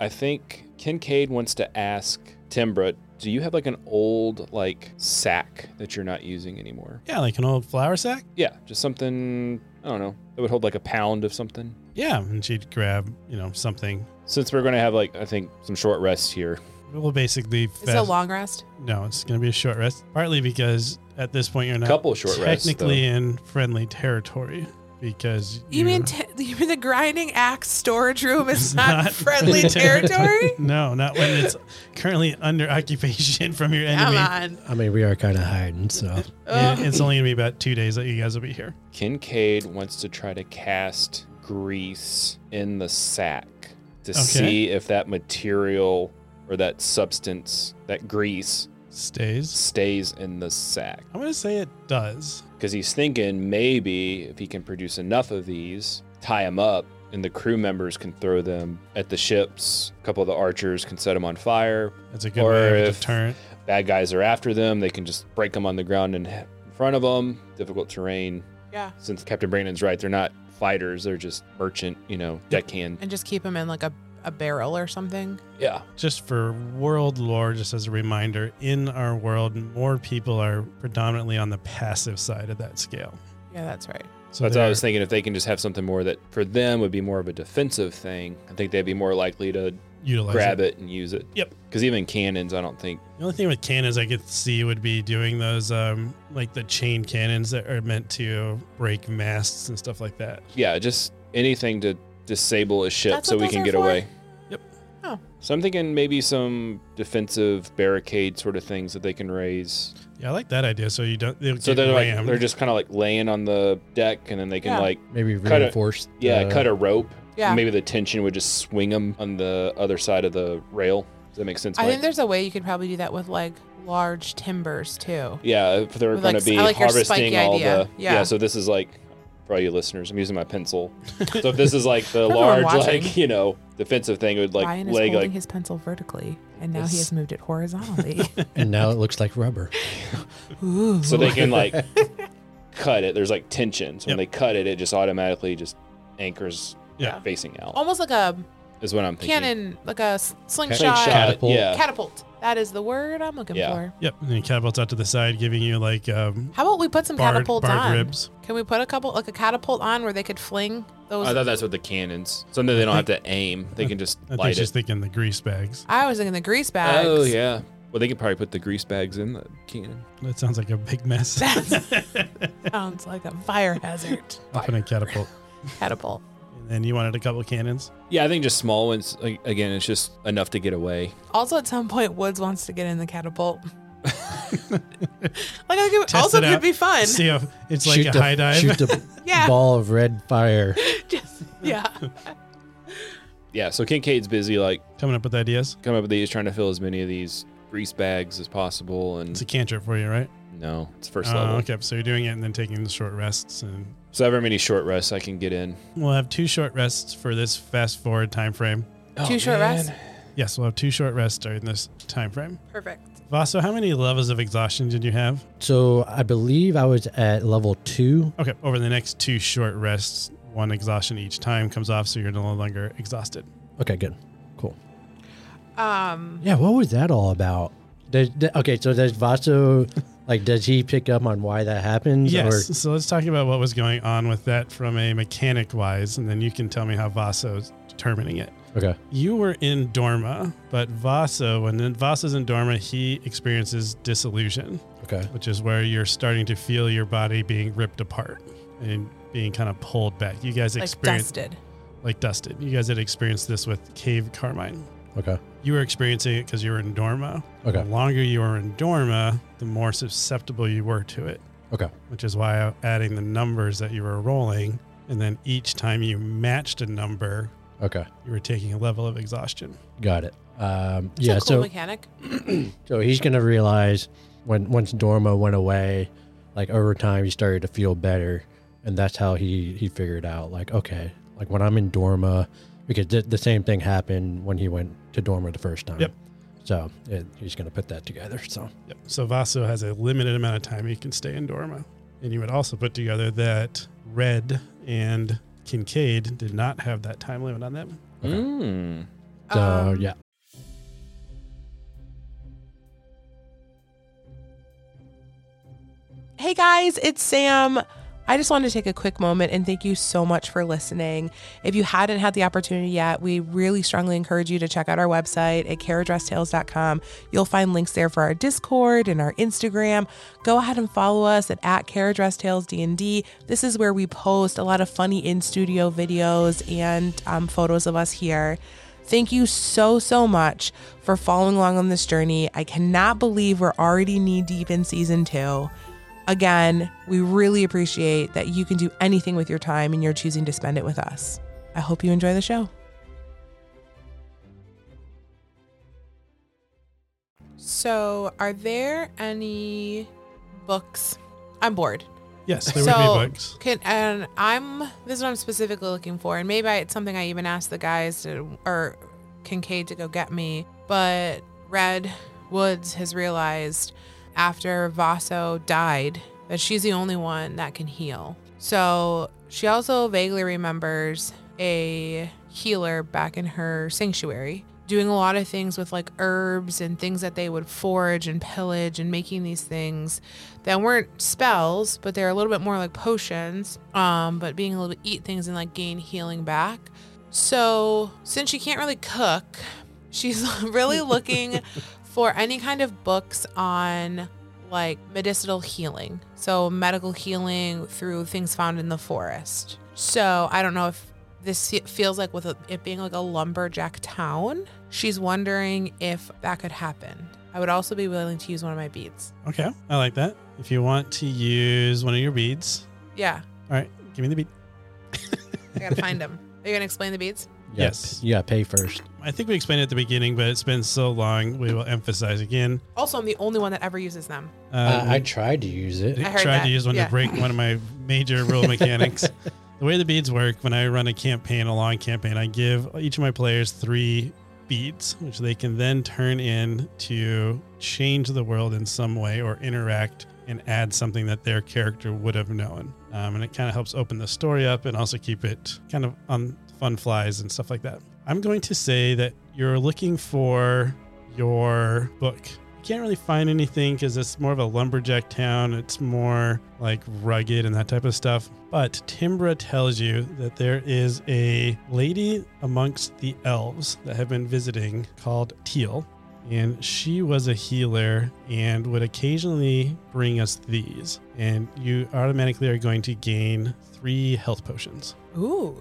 Speaker 4: I think Kincaid wants to ask Timbra, do you have like an old like sack that you're not using anymore?
Speaker 3: Yeah, like an old flour sack.
Speaker 4: Yeah, just something I don't know that would hold like a pound of something.
Speaker 3: Yeah, and she'd grab you know something.
Speaker 4: Since we're gonna have like I think some short rests here.
Speaker 3: We'll basically.
Speaker 1: Is it a long rest?
Speaker 3: No, it's going to be a short rest. Partly because at this point you're not
Speaker 4: Couple short rests,
Speaker 3: technically in friendly territory because
Speaker 1: You mean t- you mean the grinding axe storage room is not,
Speaker 3: Not
Speaker 1: friendly territory?
Speaker 3: no, not when it's currently under occupation from your
Speaker 1: Come
Speaker 3: enemy.
Speaker 1: on.
Speaker 5: I mean, we are kind of hiding, so
Speaker 1: Ugh.
Speaker 3: And it's only going to be about two days that you guys will be here.
Speaker 4: Kincaid wants to try to cast grease in the sack to
Speaker 3: Okay.
Speaker 4: see if that material or that substance, that grease,
Speaker 3: Stays.
Speaker 4: stays in the sack.
Speaker 3: I'm going to say it does.
Speaker 4: because he's thinking maybe if he can produce enough of these, tie them up, and the crew members can throw them at the ships. A couple of the archers can set them on fire.
Speaker 3: It's a good
Speaker 4: Or
Speaker 3: way of a
Speaker 4: if-
Speaker 3: deterrent.
Speaker 4: Bad guys are after them. They can just break them on the ground in in front of them. Difficult terrain.
Speaker 1: Yeah.
Speaker 4: Since Captain Brandon's right, they're not fighters. They're just merchant, you know, deckhand.
Speaker 1: And just keep him in like a, a barrel or something.
Speaker 4: Yeah.
Speaker 3: Just for world lore, just as a reminder, in our world, more people are predominantly on the passive side of that scale.
Speaker 1: Yeah, that's right.
Speaker 3: So
Speaker 4: That's what I
Speaker 3: they're-
Speaker 4: was thinking. If they can just have something more that for them would be more of a defensive thing, I think they'd be more likely to
Speaker 3: Utilize
Speaker 4: grab it and use it.
Speaker 3: Yep.
Speaker 4: Because even cannons, I don't think.
Speaker 3: The only thing with cannons I could see would be doing those, um, like the chain cannons that are meant to break masts and stuff like that.
Speaker 4: Yeah, just anything to disable a ship
Speaker 1: That's
Speaker 4: so
Speaker 1: what
Speaker 4: we
Speaker 1: those
Speaker 4: can
Speaker 1: are
Speaker 4: get
Speaker 1: for?
Speaker 4: away.
Speaker 3: Yep.
Speaker 1: Oh.
Speaker 4: So I'm thinking maybe some defensive barricade sort of things that they can raise.
Speaker 3: Yeah, I like that idea. So you don't. they'll
Speaker 4: So
Speaker 3: get
Speaker 4: they're like
Speaker 3: rammed.
Speaker 4: they're just kind of like laying on the deck, and then they can
Speaker 1: Yeah.
Speaker 4: like
Speaker 5: maybe
Speaker 4: Cut it.
Speaker 5: reinforce.
Speaker 4: yeah,
Speaker 3: Uh.
Speaker 5: the-
Speaker 4: cut a rope.
Speaker 1: Yeah.
Speaker 4: Maybe the tension would just swing them on the other side of the rail. Does that make sense?
Speaker 1: I
Speaker 4: Mike?
Speaker 1: think there's a way you could probably do that with like large timbers too.
Speaker 4: yeah, if they're
Speaker 1: With,
Speaker 4: going
Speaker 1: like,
Speaker 4: to be
Speaker 1: I like your
Speaker 4: harvesting
Speaker 1: spiky
Speaker 4: all
Speaker 1: idea.
Speaker 4: the
Speaker 1: Yeah.
Speaker 4: yeah. So this is like for all you listeners, I'm using my pencil. so if this is like the
Speaker 1: Everyone
Speaker 4: large
Speaker 1: watching.
Speaker 4: like you know defensive thing, it would like
Speaker 1: Ryan is
Speaker 4: leg
Speaker 1: holding
Speaker 4: like
Speaker 1: his pencil vertically, and now he
Speaker 4: This-
Speaker 1: has moved it horizontally.
Speaker 5: and now it looks like rubber.
Speaker 1: Ooh.
Speaker 4: so they can like cut it. There's like tension. So
Speaker 3: Yep.
Speaker 4: when they cut it, it just automatically just anchors
Speaker 3: Yeah.
Speaker 4: facing out.
Speaker 1: Almost like a
Speaker 4: Is what I'm thinking.
Speaker 1: cannon, like a s- slingshot,
Speaker 4: Slingshot.
Speaker 5: Catapult.
Speaker 4: Yeah.
Speaker 1: catapult. That is the word I'm looking
Speaker 4: Yeah.
Speaker 1: for.
Speaker 3: Yep, and then catapults out to the side, giving you like um,
Speaker 1: How about we put some
Speaker 3: barred,
Speaker 1: catapults
Speaker 3: barred
Speaker 1: on?
Speaker 3: ribs.
Speaker 1: Can we put a couple, like a catapult on where they could fling those?
Speaker 4: I thought that's what the cannons. Something they don't have to aim. They can just
Speaker 3: I think
Speaker 4: light
Speaker 3: she's
Speaker 4: it.
Speaker 3: thinking the grease bags.
Speaker 1: I was thinking the grease bags.
Speaker 4: Oh yeah. Well, they could probably put the grease bags in the cannon.
Speaker 3: That sounds like a big mess.
Speaker 1: Sounds like a fire hazard.
Speaker 3: Up in a catapult.
Speaker 1: Catapult.
Speaker 3: And then you wanted a couple cannons.
Speaker 4: Yeah, I think just small ones. like, Again, it's just enough to get away.
Speaker 1: Also, at some point, Woods wants to get in the catapult. like, I could,
Speaker 3: Test
Speaker 1: also
Speaker 3: it
Speaker 1: could
Speaker 3: out.
Speaker 1: be fun.
Speaker 3: See, if it's like a
Speaker 5: the,
Speaker 3: high dive.
Speaker 5: Shoot the
Speaker 1: Yeah.
Speaker 5: ball of red fire.
Speaker 1: Just, yeah.
Speaker 4: Yeah. So Kincaid's busy like
Speaker 3: Coming up with ideas.
Speaker 4: coming up with these, trying to fill as many of these grease bags as possible. And
Speaker 3: It's a cantrip for you, right?
Speaker 4: no, it's first level.
Speaker 3: Oh, okay, so you're doing it and then taking the short rests, and
Speaker 4: So however many short rests I can get in.
Speaker 3: we'll have two short rests for this fast forward time frame.
Speaker 1: Two short rests.
Speaker 3: Yes, we'll have two short rests during this time frame.
Speaker 1: Perfect.
Speaker 3: Vaso, how many levels of exhaustion did you have?
Speaker 5: So I believe I was at level two.
Speaker 3: Okay, over the next two short rests, one exhaustion each time comes off, so you're no longer exhausted.
Speaker 5: Okay, good, cool.
Speaker 1: Um,
Speaker 5: Yeah, what was that all about? Does, th- okay, so does Vaso like does he pick up on why that happens?
Speaker 3: Yes. So let's talk about what was going on with that from a mechanic wise, and then you can tell me how Vaso's determining it.
Speaker 5: Or, okay.
Speaker 3: You were in Dorma, but Vaso, when Vaso's in Dorma, he experiences disillusion,
Speaker 5: Okay.
Speaker 3: which is where you're starting to feel your body being ripped apart and being kind of pulled back. You guys
Speaker 1: like
Speaker 3: experienced
Speaker 1: dusted.
Speaker 3: like dusted. You guys had experienced this with Cave Carmine.
Speaker 5: Okay.
Speaker 3: You were experiencing it because you were in Dorma.
Speaker 5: Okay.
Speaker 3: The longer you were in Dorma, the more susceptible you were to it.
Speaker 5: Okay.
Speaker 3: Which is why I'm adding the numbers that you were rolling, and then each time you matched a number,
Speaker 5: Okay.
Speaker 3: you were taking a level of exhaustion.
Speaker 5: Got it. Um,
Speaker 1: It's
Speaker 5: yeah.
Speaker 1: a cool
Speaker 5: so
Speaker 1: mechanic.
Speaker 5: so he's gonna realize when once Dorma went away, like over time he started to feel better, and that's how he he figured out like okay, like when I'm in Dorma, because th- the same thing happened when he went to Dorma the first time.
Speaker 3: Yep.
Speaker 5: So it, he's gonna put that together. So
Speaker 3: Yep. So Vaso has a limited amount of time he can stay in Dorma. And you would also put together that
Speaker 4: Hmm.
Speaker 3: Red and Kincaid did not have that time limit on them.
Speaker 5: Okay.
Speaker 4: Mm.
Speaker 5: So
Speaker 1: Um,
Speaker 5: yeah,
Speaker 1: Hey guys, it's Sam. I just wanted to take a quick moment and thank you so much for listening. If you hadn't had the opportunity yet, we really strongly encourage you to check out our website at careaddresstales.com. You'll find links there for our Discord and our Instagram. Go ahead and follow us at, at careaddresstalesdnd. This is where we post a lot of funny in-studio videos and um, photos of us here. Thank you so, so much for following along on this journey. I cannot believe we're already knee deep in season two. Again, we really appreciate that you can do anything with your time and you're choosing to spend it with us. I hope you enjoy the show. So, are there any books? I'm bored.
Speaker 3: Yes, there
Speaker 1: So-
Speaker 3: would be books.
Speaker 1: Can and I'm this is what I'm specifically looking for, and maybe I, it's something I even asked the guys to or Kincaid to go get me. But Red Woods has realized after Vaso died that she's the only one that can heal. So she also vaguely remembers a healer back in her sanctuary doing a lot of things with like herbs and things that they would forage and pillage and making these things that weren't spells, but they're a little bit more like potions. Um, but being able to eat things and like gain healing back. So since she can't really cook, she's really looking for any kind of books on like medicinal healing. So medical healing through things found in the forest. So I don't know if this fe- feels like with a- it being like a lumberjack town, she's wondering if that could happen. I would also be willing to use one of my beads.
Speaker 3: Okay, I like that. If you want to use one of your beads,
Speaker 1: Yeah,
Speaker 3: all right, give me the bead.
Speaker 1: I gotta find them. Are you gonna explain the beads?
Speaker 5: You gotta
Speaker 3: Yes.
Speaker 5: p- you gotta pay first.
Speaker 3: I think we explained it at the beginning, but it's been so long. We will emphasize again.
Speaker 1: Also, I'm the only one that ever uses them.
Speaker 4: Uh,
Speaker 3: Um,
Speaker 5: Uh, I, I tried to use it.
Speaker 1: I heard
Speaker 3: tried
Speaker 1: that,
Speaker 3: to use one
Speaker 1: yeah.
Speaker 3: to break one of my major rule mechanics. The way the beads work, when I run a campaign, a long campaign, I give each of my players three beads, which they can then turn in to change the world in some way or interact and add something that their character would have known. Um, and it kind of helps open the story up and also keep it kind of on fun flies and stuff like that. I'm going to say that you're looking for your book. You can't really find anything because it's more of a lumberjack town. It's more like rugged and that type of stuff. But Timbra tells you that there is a lady amongst the elves that have been visiting called Teal. And she was a healer and would occasionally bring us these. And you automatically are going to gain three health potions.
Speaker 1: Ooh.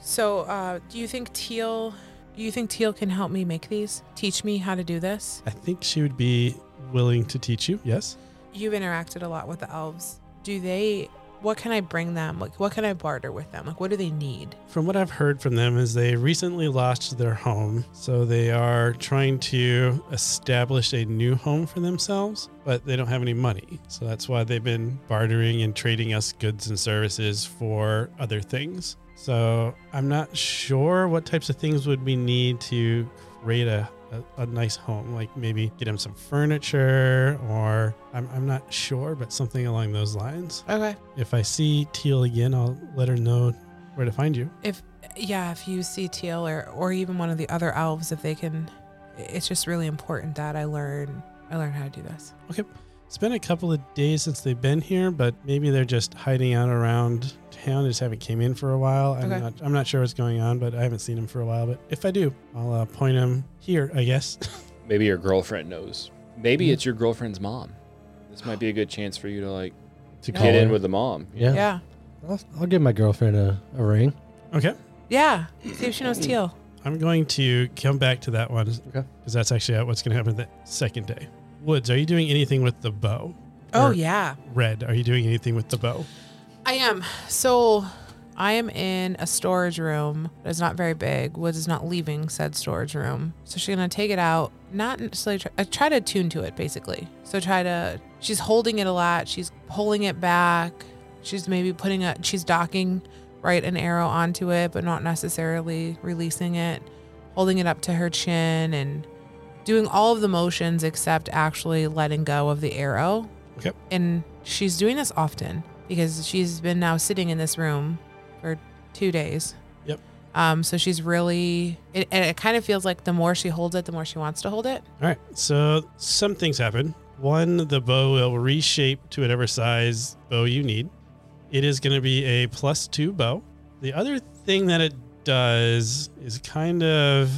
Speaker 1: So, uh, do you think Teal? You think Teal can help me make these? Teach me how to do this?
Speaker 3: I think she would be willing to teach you. Yes.
Speaker 1: You've interacted a lot with the elves. Do they? What can I bring them? Like, what can I barter with them? Like, what do they need?
Speaker 3: From what I've heard from them is they recently lost their home, so they are trying to establish a new home for themselves, but they don't have any money. So that's why they've been bartering and trading us goods and services for other things. So I'm not sure what types of things would we need to create a, a, a nice home, like maybe get them some furniture or I'm, I'm not sure, but something along those lines.
Speaker 1: Okay.
Speaker 3: If I see Teal again, I'll let her know where to find you.
Speaker 1: If yeah, if you see Teal or or even one of the other elves, if they can, it's just really important that I learn. I learn how to do this.
Speaker 3: It's been a couple of days since they've been here, but maybe they're just hiding out around town. They just haven't came in for a while. I'm
Speaker 1: Okay.
Speaker 3: not. I'm not sure what's going on, but I haven't seen them for a while. But if I do, I'll uh, point them here. I guess.
Speaker 4: Maybe your girlfriend knows. Maybe
Speaker 3: Hmm.
Speaker 4: it's your girlfriend's mom. This might be a good chance for you to like
Speaker 5: To
Speaker 4: get in with the mom.
Speaker 5: Yeah.
Speaker 1: Yeah.
Speaker 5: I'll, I'll give my girlfriend a, a ring.
Speaker 3: okay.
Speaker 1: Yeah. See if she knows Teal.
Speaker 3: I'm going to come back to that one
Speaker 5: Okay.
Speaker 3: because that's actually what's going to happen the second day. Woods, are you doing anything with the bow?
Speaker 1: Oh
Speaker 3: Or
Speaker 1: yeah.
Speaker 3: Red, are you doing anything with the bow?
Speaker 1: I am. So I am in a storage room that's not very big. Woods is not leaving said storage room. So she's going to take it out, not necessarily try, uh, try to tune to it, basically. So try to, she's holding it a lot. She's pulling it back. She's maybe putting a, she's docking, right, an arrow onto it, but not necessarily releasing it, holding it up to her chin and doing all of the motions except actually letting go of the arrow and she's doing this often because she's been now sitting in this room for two days.
Speaker 3: Yep.
Speaker 1: Um, so she's really, it, and it kind of feels like the more she holds it, the more she wants to hold it.
Speaker 3: All right. So some things happen. One, the bow will reshape to whatever size bow you need. It is going to be a plus two bow. The other thing that it does is kind of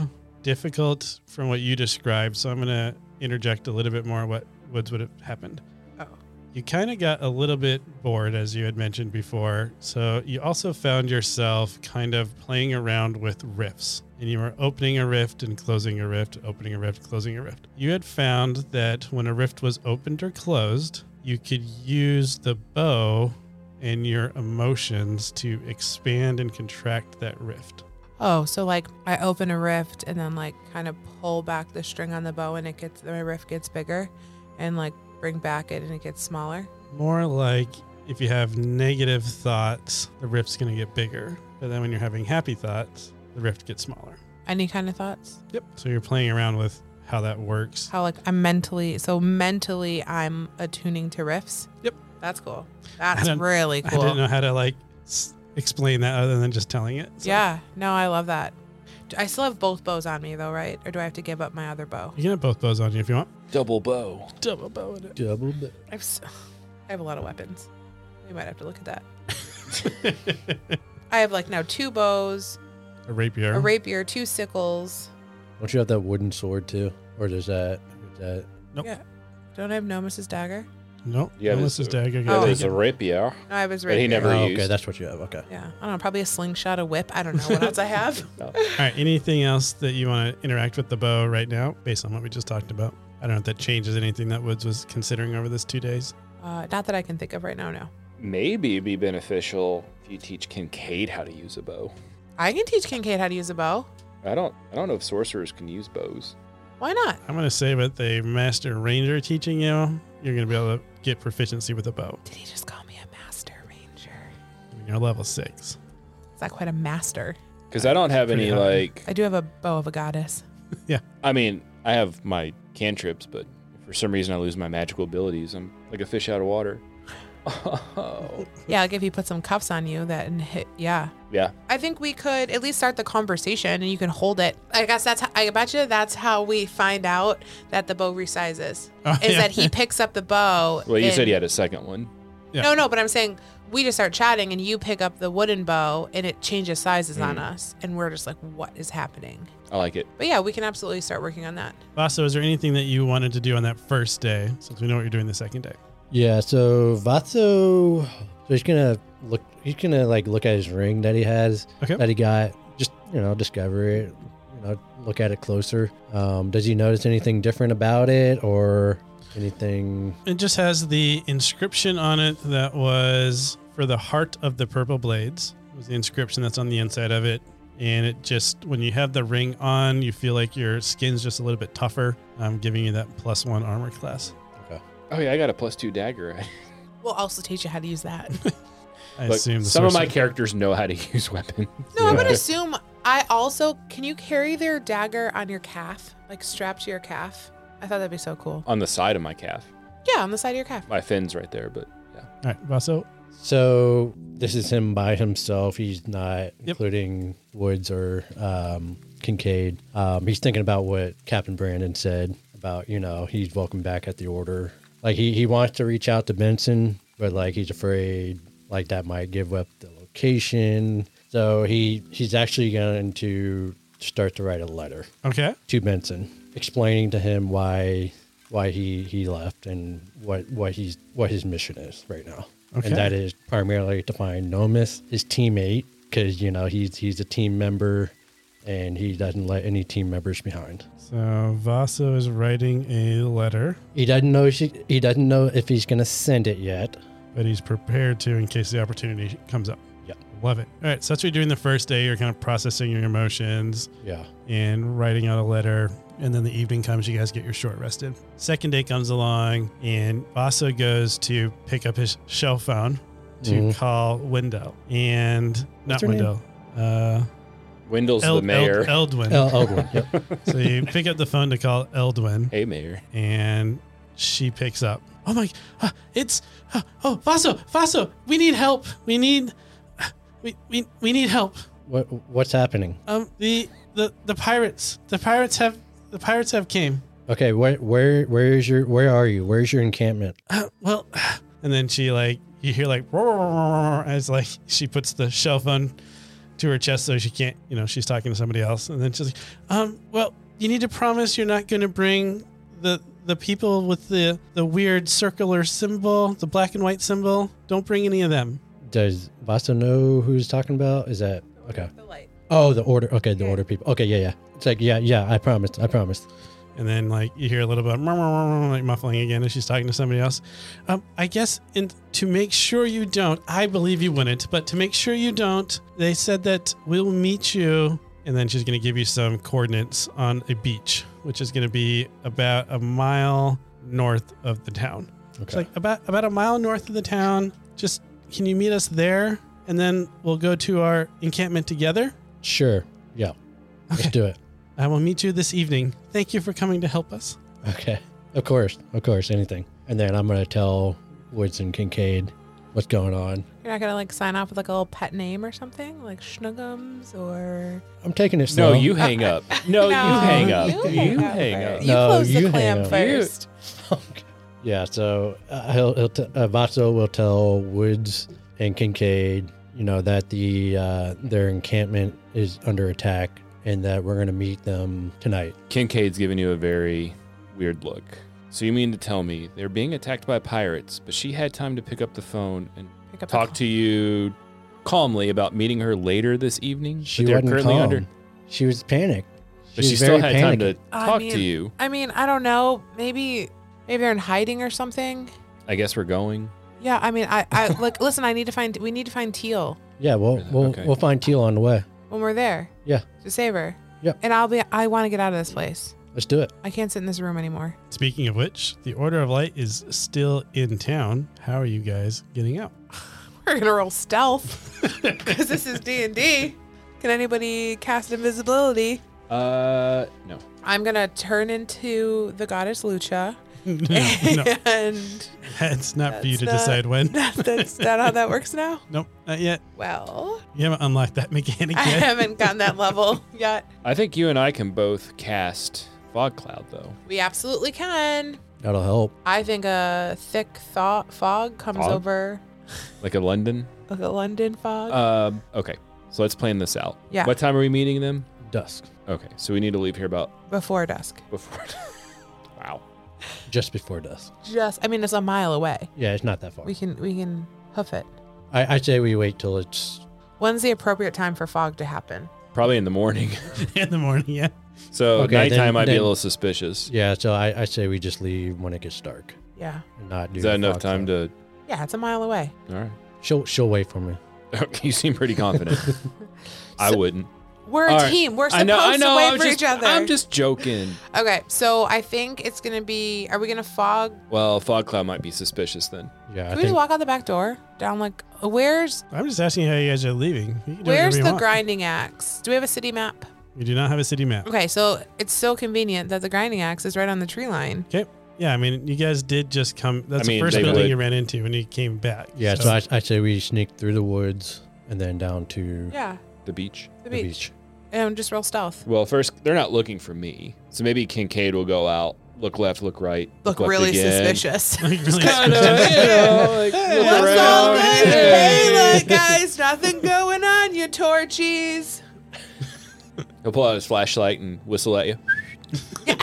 Speaker 3: difficult from what you described. So I'm going to interject a little bit more what woods would have happened.
Speaker 1: Oh.
Speaker 3: You kind of got a little bit bored, as you had mentioned before. So you also found yourself kind of playing around with rifts. And you were opening a rift and closing a rift, opening a rift, closing a rift. You had found that when a rift was opened or closed, you could use the bow and your emotions to expand and contract that rift.
Speaker 1: Oh, so like I open a rift and then like kind of pull back the string on the bow and it gets my rift gets bigger, and like bring back it and it gets smaller.
Speaker 3: More like if you have negative thoughts, the rift's going to get bigger. But then when you're having happy thoughts, the rift gets smaller.
Speaker 1: Any kind of thoughts?
Speaker 3: Yep. So you're playing around with how that works.
Speaker 1: How like I'm mentally so mentally I'm attuning to rifts.
Speaker 3: Yep.
Speaker 1: That's cool.
Speaker 3: I
Speaker 1: That's
Speaker 3: don't-
Speaker 1: really
Speaker 3: I didn't
Speaker 1: cool.
Speaker 3: know how to like s- explain that other than just telling it. so-
Speaker 1: Yeah. No, I love that. Do- I still have both bows on me though, right? Or do I have to give up my other bow?
Speaker 3: You can have both bows on you if you want.
Speaker 4: Double bow.
Speaker 3: Double bow in
Speaker 5: Double. Ba-
Speaker 1: I've s- I have a lot of weapons. We might have to look at that.
Speaker 3: it.
Speaker 1: I have like now two bows,
Speaker 3: a rapier.
Speaker 4: Hmm.
Speaker 1: a rapier, two sickles.
Speaker 5: Don't you have that wooden sword too, or does that? Is that
Speaker 1: Don't I have Nomus's dagger?
Speaker 3: nope.
Speaker 4: Yeah,
Speaker 3: no,
Speaker 4: there's
Speaker 3: this is
Speaker 4: a-
Speaker 3: dagger.
Speaker 1: yeah,
Speaker 4: Yeah,
Speaker 1: Oh.
Speaker 4: there's a rapier.
Speaker 1: No, I have his
Speaker 4: But
Speaker 1: rapier.
Speaker 4: he never-
Speaker 5: oh, okay,
Speaker 4: used.
Speaker 5: that's what you have. Okay.
Speaker 1: yeah, I don't know. Probably a slingshot, a whip. I don't know what else I have.
Speaker 3: All right. Anything else that you want to interact with the bow right now, based on what we just talked about? I don't know if that changes anything that Woods was considering over this two days.
Speaker 1: Uh, not that I can think of right now. No,
Speaker 4: Maybe it'd be beneficial if you teach Kincaid how to use a bow.
Speaker 1: I can teach Kincaid how to use a bow.
Speaker 4: I don't. I don't know if sorcerers can use bows.
Speaker 1: Why not?
Speaker 3: I'm gonna say with the master ranger teaching you, you're gonna be able to get proficiency with a bow.
Speaker 1: Did he just call me a master ranger?
Speaker 3: When You're level six.
Speaker 1: It's not quite a master.
Speaker 4: Because I don't have any
Speaker 3: Pretty high.
Speaker 4: like.
Speaker 1: I do have a bow of a goddess.
Speaker 4: I mean, I have my cantrips, but for some reason I lose my magical abilities. I'm like a fish out of water. Oh.
Speaker 1: Yeah, like if you put some cuffs on you, that and hit. Yeah,
Speaker 4: Yeah.
Speaker 1: I think we could at least start the conversation, and you can hold it. I guess that's. How, I bet you that's how we find out that the bow resizes.
Speaker 3: Oh,
Speaker 1: Is
Speaker 3: yeah.
Speaker 1: that he picks up the bow?
Speaker 4: Well, you said
Speaker 1: and-
Speaker 4: you had a second one.
Speaker 3: Yeah.
Speaker 1: No, no, but I'm saying we just start chatting and you pick up the wooden bow and it changes sizes on
Speaker 4: Mm.
Speaker 1: us and we're just like, what is happening?
Speaker 4: I like it.
Speaker 1: But yeah, we can absolutely start working on that.
Speaker 3: Vaso, is there anything that you wanted to do on that first day, since we know what you're doing the second day?
Speaker 5: Yeah, so Vato, so he's gonna look. He's gonna like look at his ring that he has,
Speaker 3: Okay.
Speaker 5: that he got. Just you know, discover it. You know, look at it closer. Um, does he notice anything different about it, or anything?
Speaker 3: It just has the inscription on it that was for the heart of the purple blades. It was the inscription that's on the inside of it. And it just, when you have the ring on, you feel like your skin's just a little bit tougher. I'm giving you that plus one armor class.
Speaker 4: Oh yeah, I got a plus two dagger.
Speaker 1: We'll also teach you how to use that.
Speaker 3: I
Speaker 4: Look,
Speaker 3: assume the
Speaker 4: some of my
Speaker 3: sorcerer-
Speaker 4: characters know how to use weapons.
Speaker 1: no, I'm going
Speaker 4: Yeah.
Speaker 1: to assume I also can you carry their dagger on your calf, like strapped to your calf? I thought that'd be so cool.
Speaker 4: On the side of my calf,
Speaker 1: Yeah, on the side of your calf.
Speaker 4: my fin's right there, but yeah.
Speaker 3: All right, Vaso.
Speaker 5: So this is him by himself. He's not including Woods or um, Kincaid. Um, he's thinking about what Captain Brandon said about you know he's welcome back at the order. Like he he wants to reach out to Benson, but like he's afraid like that might give up the location. So he he's actually going to start to write a letter
Speaker 3: Okay.
Speaker 5: to Benson, explaining to him why why he he left and what what he's what his mission is right now,
Speaker 3: Okay.
Speaker 5: and that is primarily to find Nomus, his teammate, because you know he's he's a team member, and he doesn't let any team members behind.
Speaker 3: So Vaso is writing a letter,
Speaker 5: He doesn't know she, he doesn't know if he's gonna send it yet.
Speaker 3: but he's prepared to in case the opportunity comes up.
Speaker 5: Yep.
Speaker 3: Love it. All right. So that's what you're doing the first day. You're kind of processing your emotions.
Speaker 5: Yeah.
Speaker 3: and writing out a letter. And then the evening comes, you guys get your short rested. Second day comes along, and Vasa goes to pick up his shell phone to
Speaker 5: Mhm.
Speaker 3: call Wendell. And not
Speaker 5: What's her
Speaker 3: Wendell, uh,
Speaker 4: Wendell's
Speaker 3: Eld-
Speaker 4: the mayor.
Speaker 3: Eld- Eldwin.
Speaker 5: El Elwin. Yep.
Speaker 3: so you pick up the phone to call Eldwin,
Speaker 4: hey, mayor.
Speaker 3: and she picks up. Oh my, uh, it's, uh, oh, Vaso, Vaso, we need help. We need, we, we, we need help.
Speaker 5: What what's happening?
Speaker 3: Um, the the the pirates. The pirates have the pirates have came.
Speaker 5: Okay, where where where is your where are you? Where's your encampment?
Speaker 3: Uh, well, and then she like you hear like roar, as like she puts the shell phone to her chest so she can't you know she's talking to somebody else and then she's like um well you need to promise you're not going to bring the the people with the the weird circular symbol the black and white symbol don't bring any of them
Speaker 5: Does Basta know who's talking about? Is that okay? Oh, the order. Okay, the order people. Okay, yeah, yeah. It's like yeah, yeah. I promised. I promised.
Speaker 3: and then like you hear a little bit like muffling again as she's talking to somebody else um i guess and to make sure you don't i believe you wouldn't but to make sure you don't they said that we'll meet you and then she's going to give you some coordinates on a beach which is going to be about a mile north of the town it's
Speaker 5: Okay.
Speaker 3: like about about a mile north of the town just can you meet us there and then we'll go to our encampment together
Speaker 5: Sure. Yeah. Let's
Speaker 3: Okay.
Speaker 5: do it.
Speaker 3: i will meet you this evening thank you for coming to help us
Speaker 5: Okay. Of course. Of course. Anything. And then I'm gonna tell Woods and Kincaid what's going on.
Speaker 1: You're not gonna like sign off with like a little pet name or something, like Schnuggums or
Speaker 5: I'm taking it
Speaker 4: No,
Speaker 5: slow.
Speaker 4: you hang up. No, Oh, you hang up. You hang, up.
Speaker 1: You
Speaker 5: No,
Speaker 1: close
Speaker 5: you
Speaker 1: the
Speaker 5: hang
Speaker 1: clam
Speaker 5: up.
Speaker 1: first.
Speaker 5: Yeah. So uh, he'll, he'll t- uh, Vaso will tell Woods and Kincaid, you know, that the uh, their encampment is under attack and that we're gonna meet them tonight.
Speaker 4: Kincaid's giving you a very weird look. So you mean to tell me they're being attacked by pirates, but she had time to pick up the phone and
Speaker 1: Pick up the
Speaker 4: talk
Speaker 1: call.
Speaker 4: to you calmly about meeting her later this evening? but
Speaker 5: She
Speaker 4: they're
Speaker 5: wasn't
Speaker 4: currently
Speaker 5: calm.
Speaker 4: under,
Speaker 5: She was panicked.
Speaker 4: but
Speaker 5: was
Speaker 4: she still
Speaker 5: very
Speaker 4: had time to
Speaker 5: panicky.
Speaker 1: I
Speaker 4: talk to
Speaker 1: mean-
Speaker 4: you.
Speaker 1: I mean, I don't know. Maybe maybe they're in hiding or something.
Speaker 4: I guess we're going.
Speaker 1: Yeah, I mean, I I like listen. I need to find. We need to find Teal
Speaker 5: Yeah. We'll we'll,
Speaker 4: Okay.
Speaker 5: we'll find Teal on the way.
Speaker 1: when we're there.
Speaker 5: Yeah.
Speaker 1: To save her.
Speaker 5: Yep.
Speaker 1: And I'll be. I want to get out of this place.
Speaker 5: Let's do it.
Speaker 1: I can't sit in this room anymore.
Speaker 3: Speaking of which, the Order of Light is still in town. How are you guys getting out?
Speaker 1: We're gonna roll stealth because this is D and D. Can anybody cast invisibility?
Speaker 4: Uh, no.
Speaker 1: I'm gonna turn into the goddess Lucha,
Speaker 3: no, no,
Speaker 1: and
Speaker 3: that's not for you
Speaker 1: That's
Speaker 3: to
Speaker 1: not-
Speaker 3: decide when.
Speaker 1: that's not how that works now.
Speaker 3: Nope, not yet.
Speaker 1: Well,
Speaker 3: You haven't unlocked that mechanic
Speaker 1: I
Speaker 3: yet.
Speaker 1: haven't gotten that level yet.
Speaker 4: I think you and I can both cast Fog Cloud, though.
Speaker 1: We absolutely can.
Speaker 5: That'll help.
Speaker 1: I think a thick thaw- fog comes
Speaker 4: Fog?
Speaker 1: over,
Speaker 4: Like a London.
Speaker 1: like a London fog.
Speaker 3: Uh.
Speaker 4: Um, okay. So let's plan this out.
Speaker 1: Yeah.
Speaker 4: What time are we meeting them?
Speaker 5: Dusk.
Speaker 4: Okay. So we need to leave here about
Speaker 1: before dusk.
Speaker 4: before. wow.
Speaker 5: Just before dusk.
Speaker 1: Just, I mean, it's a mile away.
Speaker 5: Yeah, it's not that far.
Speaker 1: We can we can hoof it.
Speaker 5: I, I say we wait till it's
Speaker 1: When's the appropriate time for fog to happen?
Speaker 4: Probably in the morning.
Speaker 3: in the morning, yeah.
Speaker 4: So
Speaker 5: Okay,
Speaker 4: nighttime
Speaker 5: then-
Speaker 4: might be
Speaker 5: then-
Speaker 4: a little suspicious.
Speaker 5: yeah. So I, I say we just leave when it gets dark.
Speaker 1: Yeah,
Speaker 5: And not do
Speaker 4: Is that
Speaker 5: the
Speaker 4: enough
Speaker 5: fog
Speaker 4: time
Speaker 5: zone.
Speaker 4: to?
Speaker 1: yeah, it's a mile away.
Speaker 4: All right.
Speaker 5: She'll she'll wait for me.
Speaker 4: you seem pretty confident. I wouldn't.
Speaker 1: We're a
Speaker 4: All right.
Speaker 1: team. We're supposed
Speaker 4: I know. I know.
Speaker 1: to wait
Speaker 4: I'm
Speaker 1: for
Speaker 4: just.
Speaker 1: each other.
Speaker 4: I'm just joking.
Speaker 1: okay, so I think it's gonna be. Are we gonna fog?
Speaker 4: Well, fog cloud might be suspicious then.
Speaker 5: Yeah.
Speaker 1: Can we
Speaker 5: I think,
Speaker 1: just walk out the back door? Down like uh, where's
Speaker 3: I'm just asking how you guys are leaving. You can do whatever
Speaker 1: where's
Speaker 3: you
Speaker 1: the
Speaker 3: want.
Speaker 1: grinding axe? Do we have a city map?
Speaker 3: You do not have a city map.
Speaker 1: Okay, so it's so convenient that the grinding axe is right on the tree line.
Speaker 3: Okay. Yeah, I mean, you guys did just come. That's
Speaker 4: mean,
Speaker 3: the first
Speaker 4: they
Speaker 3: building
Speaker 4: would.
Speaker 3: you ran into when you came back.
Speaker 5: yeah. So, I, I say we sneak through the woods and then down to
Speaker 1: Yeah,
Speaker 4: The beach.
Speaker 1: the
Speaker 5: the
Speaker 1: beach.
Speaker 5: beach.
Speaker 1: And just roll stealth.
Speaker 4: Well, first they're not looking for me, so maybe Kincaid will go out, look left, look right,
Speaker 1: Look
Speaker 4: left
Speaker 1: really
Speaker 4: again.
Speaker 1: suspicious.
Speaker 3: Like, really
Speaker 4: Kinda, you know, like, look
Speaker 1: What's
Speaker 3: What's
Speaker 1: all
Speaker 4: around.
Speaker 1: good?
Speaker 4: Yeah.
Speaker 1: Hey, look, guys, nothing going on, you torchies.
Speaker 4: He'll pull out his flashlight and whistle at you.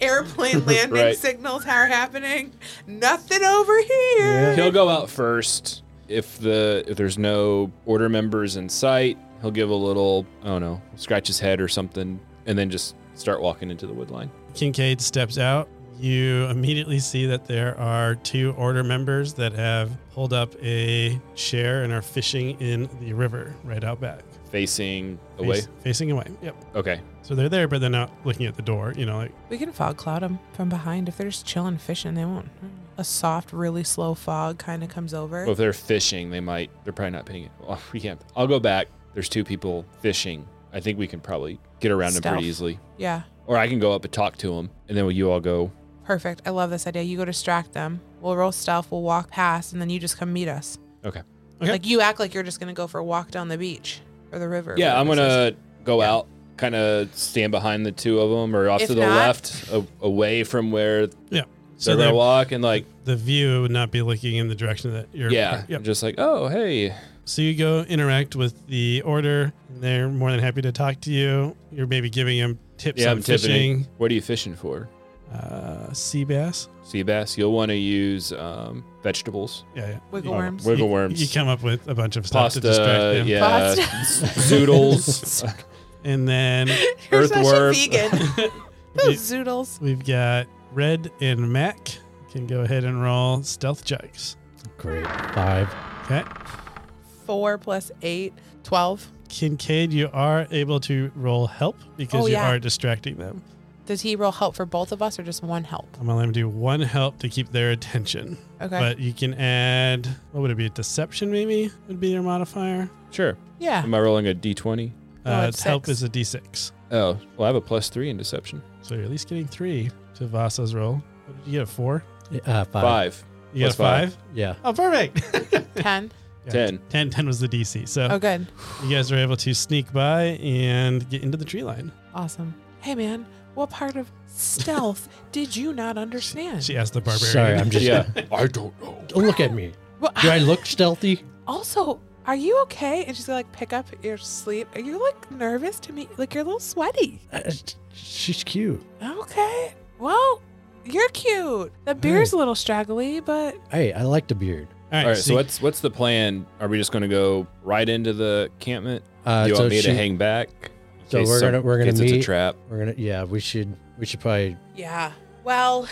Speaker 1: Airplane landing
Speaker 4: Right.
Speaker 1: signals are happening. Nothing over here.
Speaker 4: He'll go out first. If the if there's no order members in sight, he'll give a little I don't know, scratch his head or something, and then just start walking into the wood line.
Speaker 3: Kincaid steps out. You immediately see that there are two order members that have pulled up a chair and are fishing in the river right out back.
Speaker 4: Facing
Speaker 3: Face-
Speaker 4: away.
Speaker 3: Facing away. Yep.
Speaker 4: Okay.
Speaker 3: So they're there, but they're not looking at the door. You know, like
Speaker 1: We can fog cloud them from behind. If they're just chilling fishing, they won't. A soft, really slow fog kind of comes over.
Speaker 4: Well, if they're fishing, they might they're probably not paying it. Well, we can't I'll go back. There's two people fishing. I think we can probably get around them
Speaker 1: Stealth.
Speaker 4: pretty easily.
Speaker 1: Yeah,
Speaker 4: Or I can go up and talk to them, and then you all go.
Speaker 1: perfect. I love this idea. You go distract them. We'll roll stealth. We'll walk past, and then you just come meet us.
Speaker 4: Okay.
Speaker 3: Okay.
Speaker 1: Like you act like you're just gonna go for a walk down the beach or the river.
Speaker 4: Yeah, I'm
Speaker 1: whatever it
Speaker 4: gonna Oh, go out, kind of stand behind the two of them, or off
Speaker 1: If
Speaker 4: to the
Speaker 1: not-
Speaker 4: left, a- away from where
Speaker 3: Yeah.
Speaker 4: they're
Speaker 3: So
Speaker 4: gonna
Speaker 3: the,
Speaker 4: walk, and like,
Speaker 3: the view would not be looking in the direction that you're.
Speaker 4: yeah,
Speaker 3: Yep.
Speaker 4: just like, oh, hey,
Speaker 3: So you go interact with the order. They're more than happy to talk to you. You're maybe giving them tips
Speaker 4: yeah,
Speaker 3: on
Speaker 4: I'm
Speaker 3: fishing.
Speaker 4: fishing. What are you fishing for?
Speaker 3: Uh, sea bass.
Speaker 4: Sea bass. You'll want to use um, vegetables,
Speaker 3: Yeah, yeah.
Speaker 1: Wiggle
Speaker 3: You-
Speaker 1: worms.
Speaker 4: wiggle
Speaker 3: you-
Speaker 4: worms,
Speaker 3: You come up with a bunch of stuff to distract
Speaker 4: pasta,
Speaker 3: them.
Speaker 4: yeah,
Speaker 1: Pasta.
Speaker 4: zoodles,
Speaker 3: And then
Speaker 1: is. You're such a
Speaker 4: earthworm.
Speaker 1: vegan. Those zoodles.
Speaker 3: we've got Red and Mac can go ahead and roll stealth checks.
Speaker 5: Great. Five.
Speaker 3: Okay.
Speaker 1: Four plus eight. Twelve.
Speaker 3: Kincaid, you are able to roll help because
Speaker 1: Oh,
Speaker 3: you
Speaker 1: yeah.
Speaker 3: are distracting them.
Speaker 1: Does he roll help for both of us or just one help?
Speaker 3: I'm gonna let them do one help to keep their attention.
Speaker 1: Okay.
Speaker 3: But you can add what would it be? Deception maybe would be your modifier.
Speaker 4: Sure.
Speaker 1: yeah.
Speaker 4: Am I rolling a d20?
Speaker 1: Oh,
Speaker 3: uh,
Speaker 1: it's
Speaker 3: its help
Speaker 1: six.
Speaker 3: is a d6,
Speaker 4: Oh, well, I have a plus three in deception.
Speaker 3: so you're at least getting three to Vasa's roll. What did you get? A four?
Speaker 5: Uh, five.
Speaker 4: Five,
Speaker 3: You got a
Speaker 4: Plus five.
Speaker 3: five?
Speaker 5: Yeah.
Speaker 3: Oh, perfect.
Speaker 1: Ten.
Speaker 3: Yeah.
Speaker 4: ten.
Speaker 3: Ten. Ten was the DC. So
Speaker 1: Oh, good.
Speaker 3: you guys are able to sneak by and get into the tree line.
Speaker 1: Awesome. Hey, man. What part of stealth did you not understand?
Speaker 3: She asked the barbarian.
Speaker 5: Sorry, I'm just.
Speaker 4: Yeah.
Speaker 5: I don't know. Don't look at me.
Speaker 1: Well,
Speaker 5: Do I look stealthy?
Speaker 1: also, are you okay? And she's gonna like pick up your sleep. Are you like nervous to meet? Like you're a little sweaty.
Speaker 5: Uh, she's cute.
Speaker 1: Okay. Well, you're cute.
Speaker 4: Hmm.
Speaker 1: The beer's a little straggly, but
Speaker 5: Hey, I like the beard.
Speaker 3: All right.
Speaker 4: All right.
Speaker 3: so
Speaker 4: So
Speaker 3: you-
Speaker 4: what's what's the plan? Are we just going to go right into the encampment?
Speaker 5: Uh,
Speaker 4: Do you
Speaker 5: so
Speaker 4: want me
Speaker 5: she-
Speaker 4: to hang back? In
Speaker 5: So
Speaker 4: case
Speaker 5: we're
Speaker 4: some-
Speaker 5: gonna- we're gonna
Speaker 4: in case It's
Speaker 5: meet-
Speaker 4: a trap.
Speaker 5: We're gonna. Yeah, we should. We should probably.
Speaker 1: yeah. Well,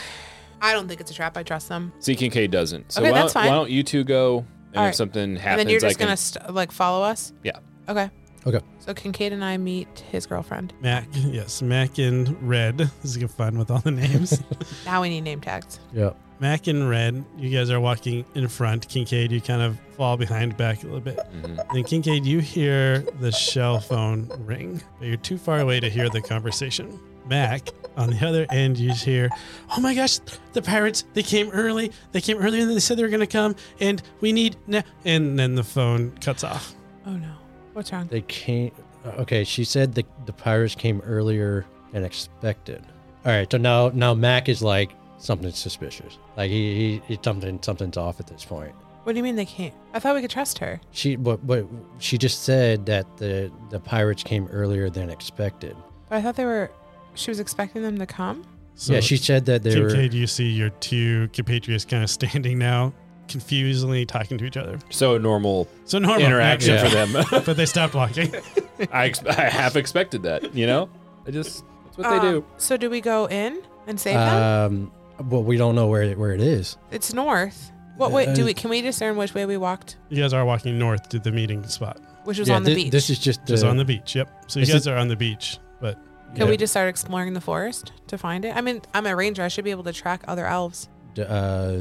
Speaker 1: I don't think it's a trap. I trust them.
Speaker 4: See, Kincaid doesn't. So
Speaker 1: Okay,
Speaker 4: why,
Speaker 1: that's
Speaker 4: don't-
Speaker 1: fine.
Speaker 4: Why don't you two go? And
Speaker 1: All
Speaker 4: if
Speaker 1: right.
Speaker 4: something
Speaker 1: and
Speaker 4: happens,
Speaker 1: then you're
Speaker 4: I
Speaker 1: just
Speaker 4: can.
Speaker 1: gonna st- like follow us.
Speaker 4: Yeah.
Speaker 1: Okay.
Speaker 5: Okay.
Speaker 1: So Kincaid and I meet his girlfriend.
Speaker 3: Mac, yes, Mac and Red. This is good fun with all the names.
Speaker 1: Now we need name tags.
Speaker 5: Yeah.
Speaker 3: Mac and Red, you guys are walking in front. Kincaid, you kind of fall behind back a little bit.
Speaker 4: Mhm.
Speaker 3: Then Kincaid, you hear the shell phone ring, but you're too far away to hear the conversation. Mac, on the other end, you hear, "Oh my gosh, the pirates! They came early. They came earlier than they said they were gonna come, and we need na-" And then the phone cuts off.
Speaker 1: Oh no. What's wrong?
Speaker 5: They came. uh, Okay, she said the the pirates came earlier than expected. All right, so now now Mac is like something's suspicious. Like he, he, he something something's off at this point.
Speaker 1: What do you mean they can't? I thought we could trust her.
Speaker 5: She but but she just said that the the pirates came earlier than expected.
Speaker 1: But I thought they were. She was expecting them to come.
Speaker 3: So
Speaker 5: yeah, she said that they were.
Speaker 3: Kincaid, you see your two compatriots kind of standing now, confusingly talking to each other.
Speaker 4: So normal
Speaker 3: So normal
Speaker 4: interaction
Speaker 3: yeah.
Speaker 4: for them.
Speaker 3: but they stopped walking.
Speaker 4: I, ex- I half expected that. You know, I just that's what they
Speaker 1: Uh,
Speaker 4: do.
Speaker 1: So do we go in and save them?
Speaker 5: Um, but we don't know where it, where it is.
Speaker 1: It's north. What wait? Do we? Can we discern which way we walked?
Speaker 3: You guys are walking north to the meeting spot,
Speaker 1: Which was
Speaker 5: yeah,
Speaker 1: on the
Speaker 5: thi-
Speaker 1: beach.
Speaker 5: This is just
Speaker 3: just
Speaker 5: the-
Speaker 3: on the beach. Yep. So you
Speaker 5: Is
Speaker 3: guys are on the beach, but
Speaker 1: Can
Speaker 5: yeah,
Speaker 1: we just start exploring the forest to find it? I mean, I'm a ranger. I should be able to track other elves.
Speaker 5: d- Uh,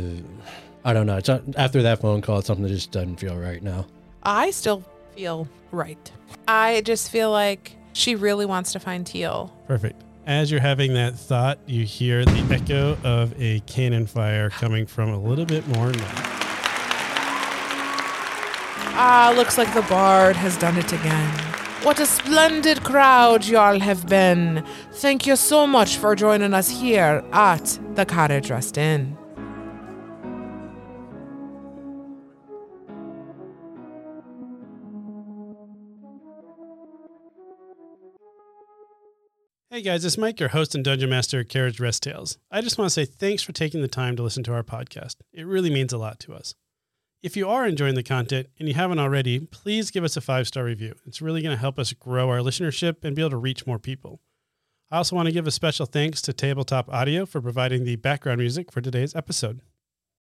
Speaker 5: I don't know. It's not, after that phone call, it's something that just doesn't feel right now.
Speaker 1: I still feel right. I just feel like she really wants to find Teal.
Speaker 3: Perfect. As you're having that thought, you hear the echo of a cannon fire coming from a little bit more north.
Speaker 1: Ah, looks like the bard has done it again. What a splendid crowd y'all have been. Thank you so much for joining us here at the Cottage Rest Inn.
Speaker 3: Hey guys, it's Mike, your host and Dungeon Master at Carriage Rest Tales. I just want to say thanks for taking the time to listen to our podcast. It really means a lot to us. If you are enjoying the content and you haven't already, please give us a five star review. It's really going to help us grow our listenership and be able to reach more people. I also want to give a special thanks to Tabletop Audio for providing the background music for today's episode.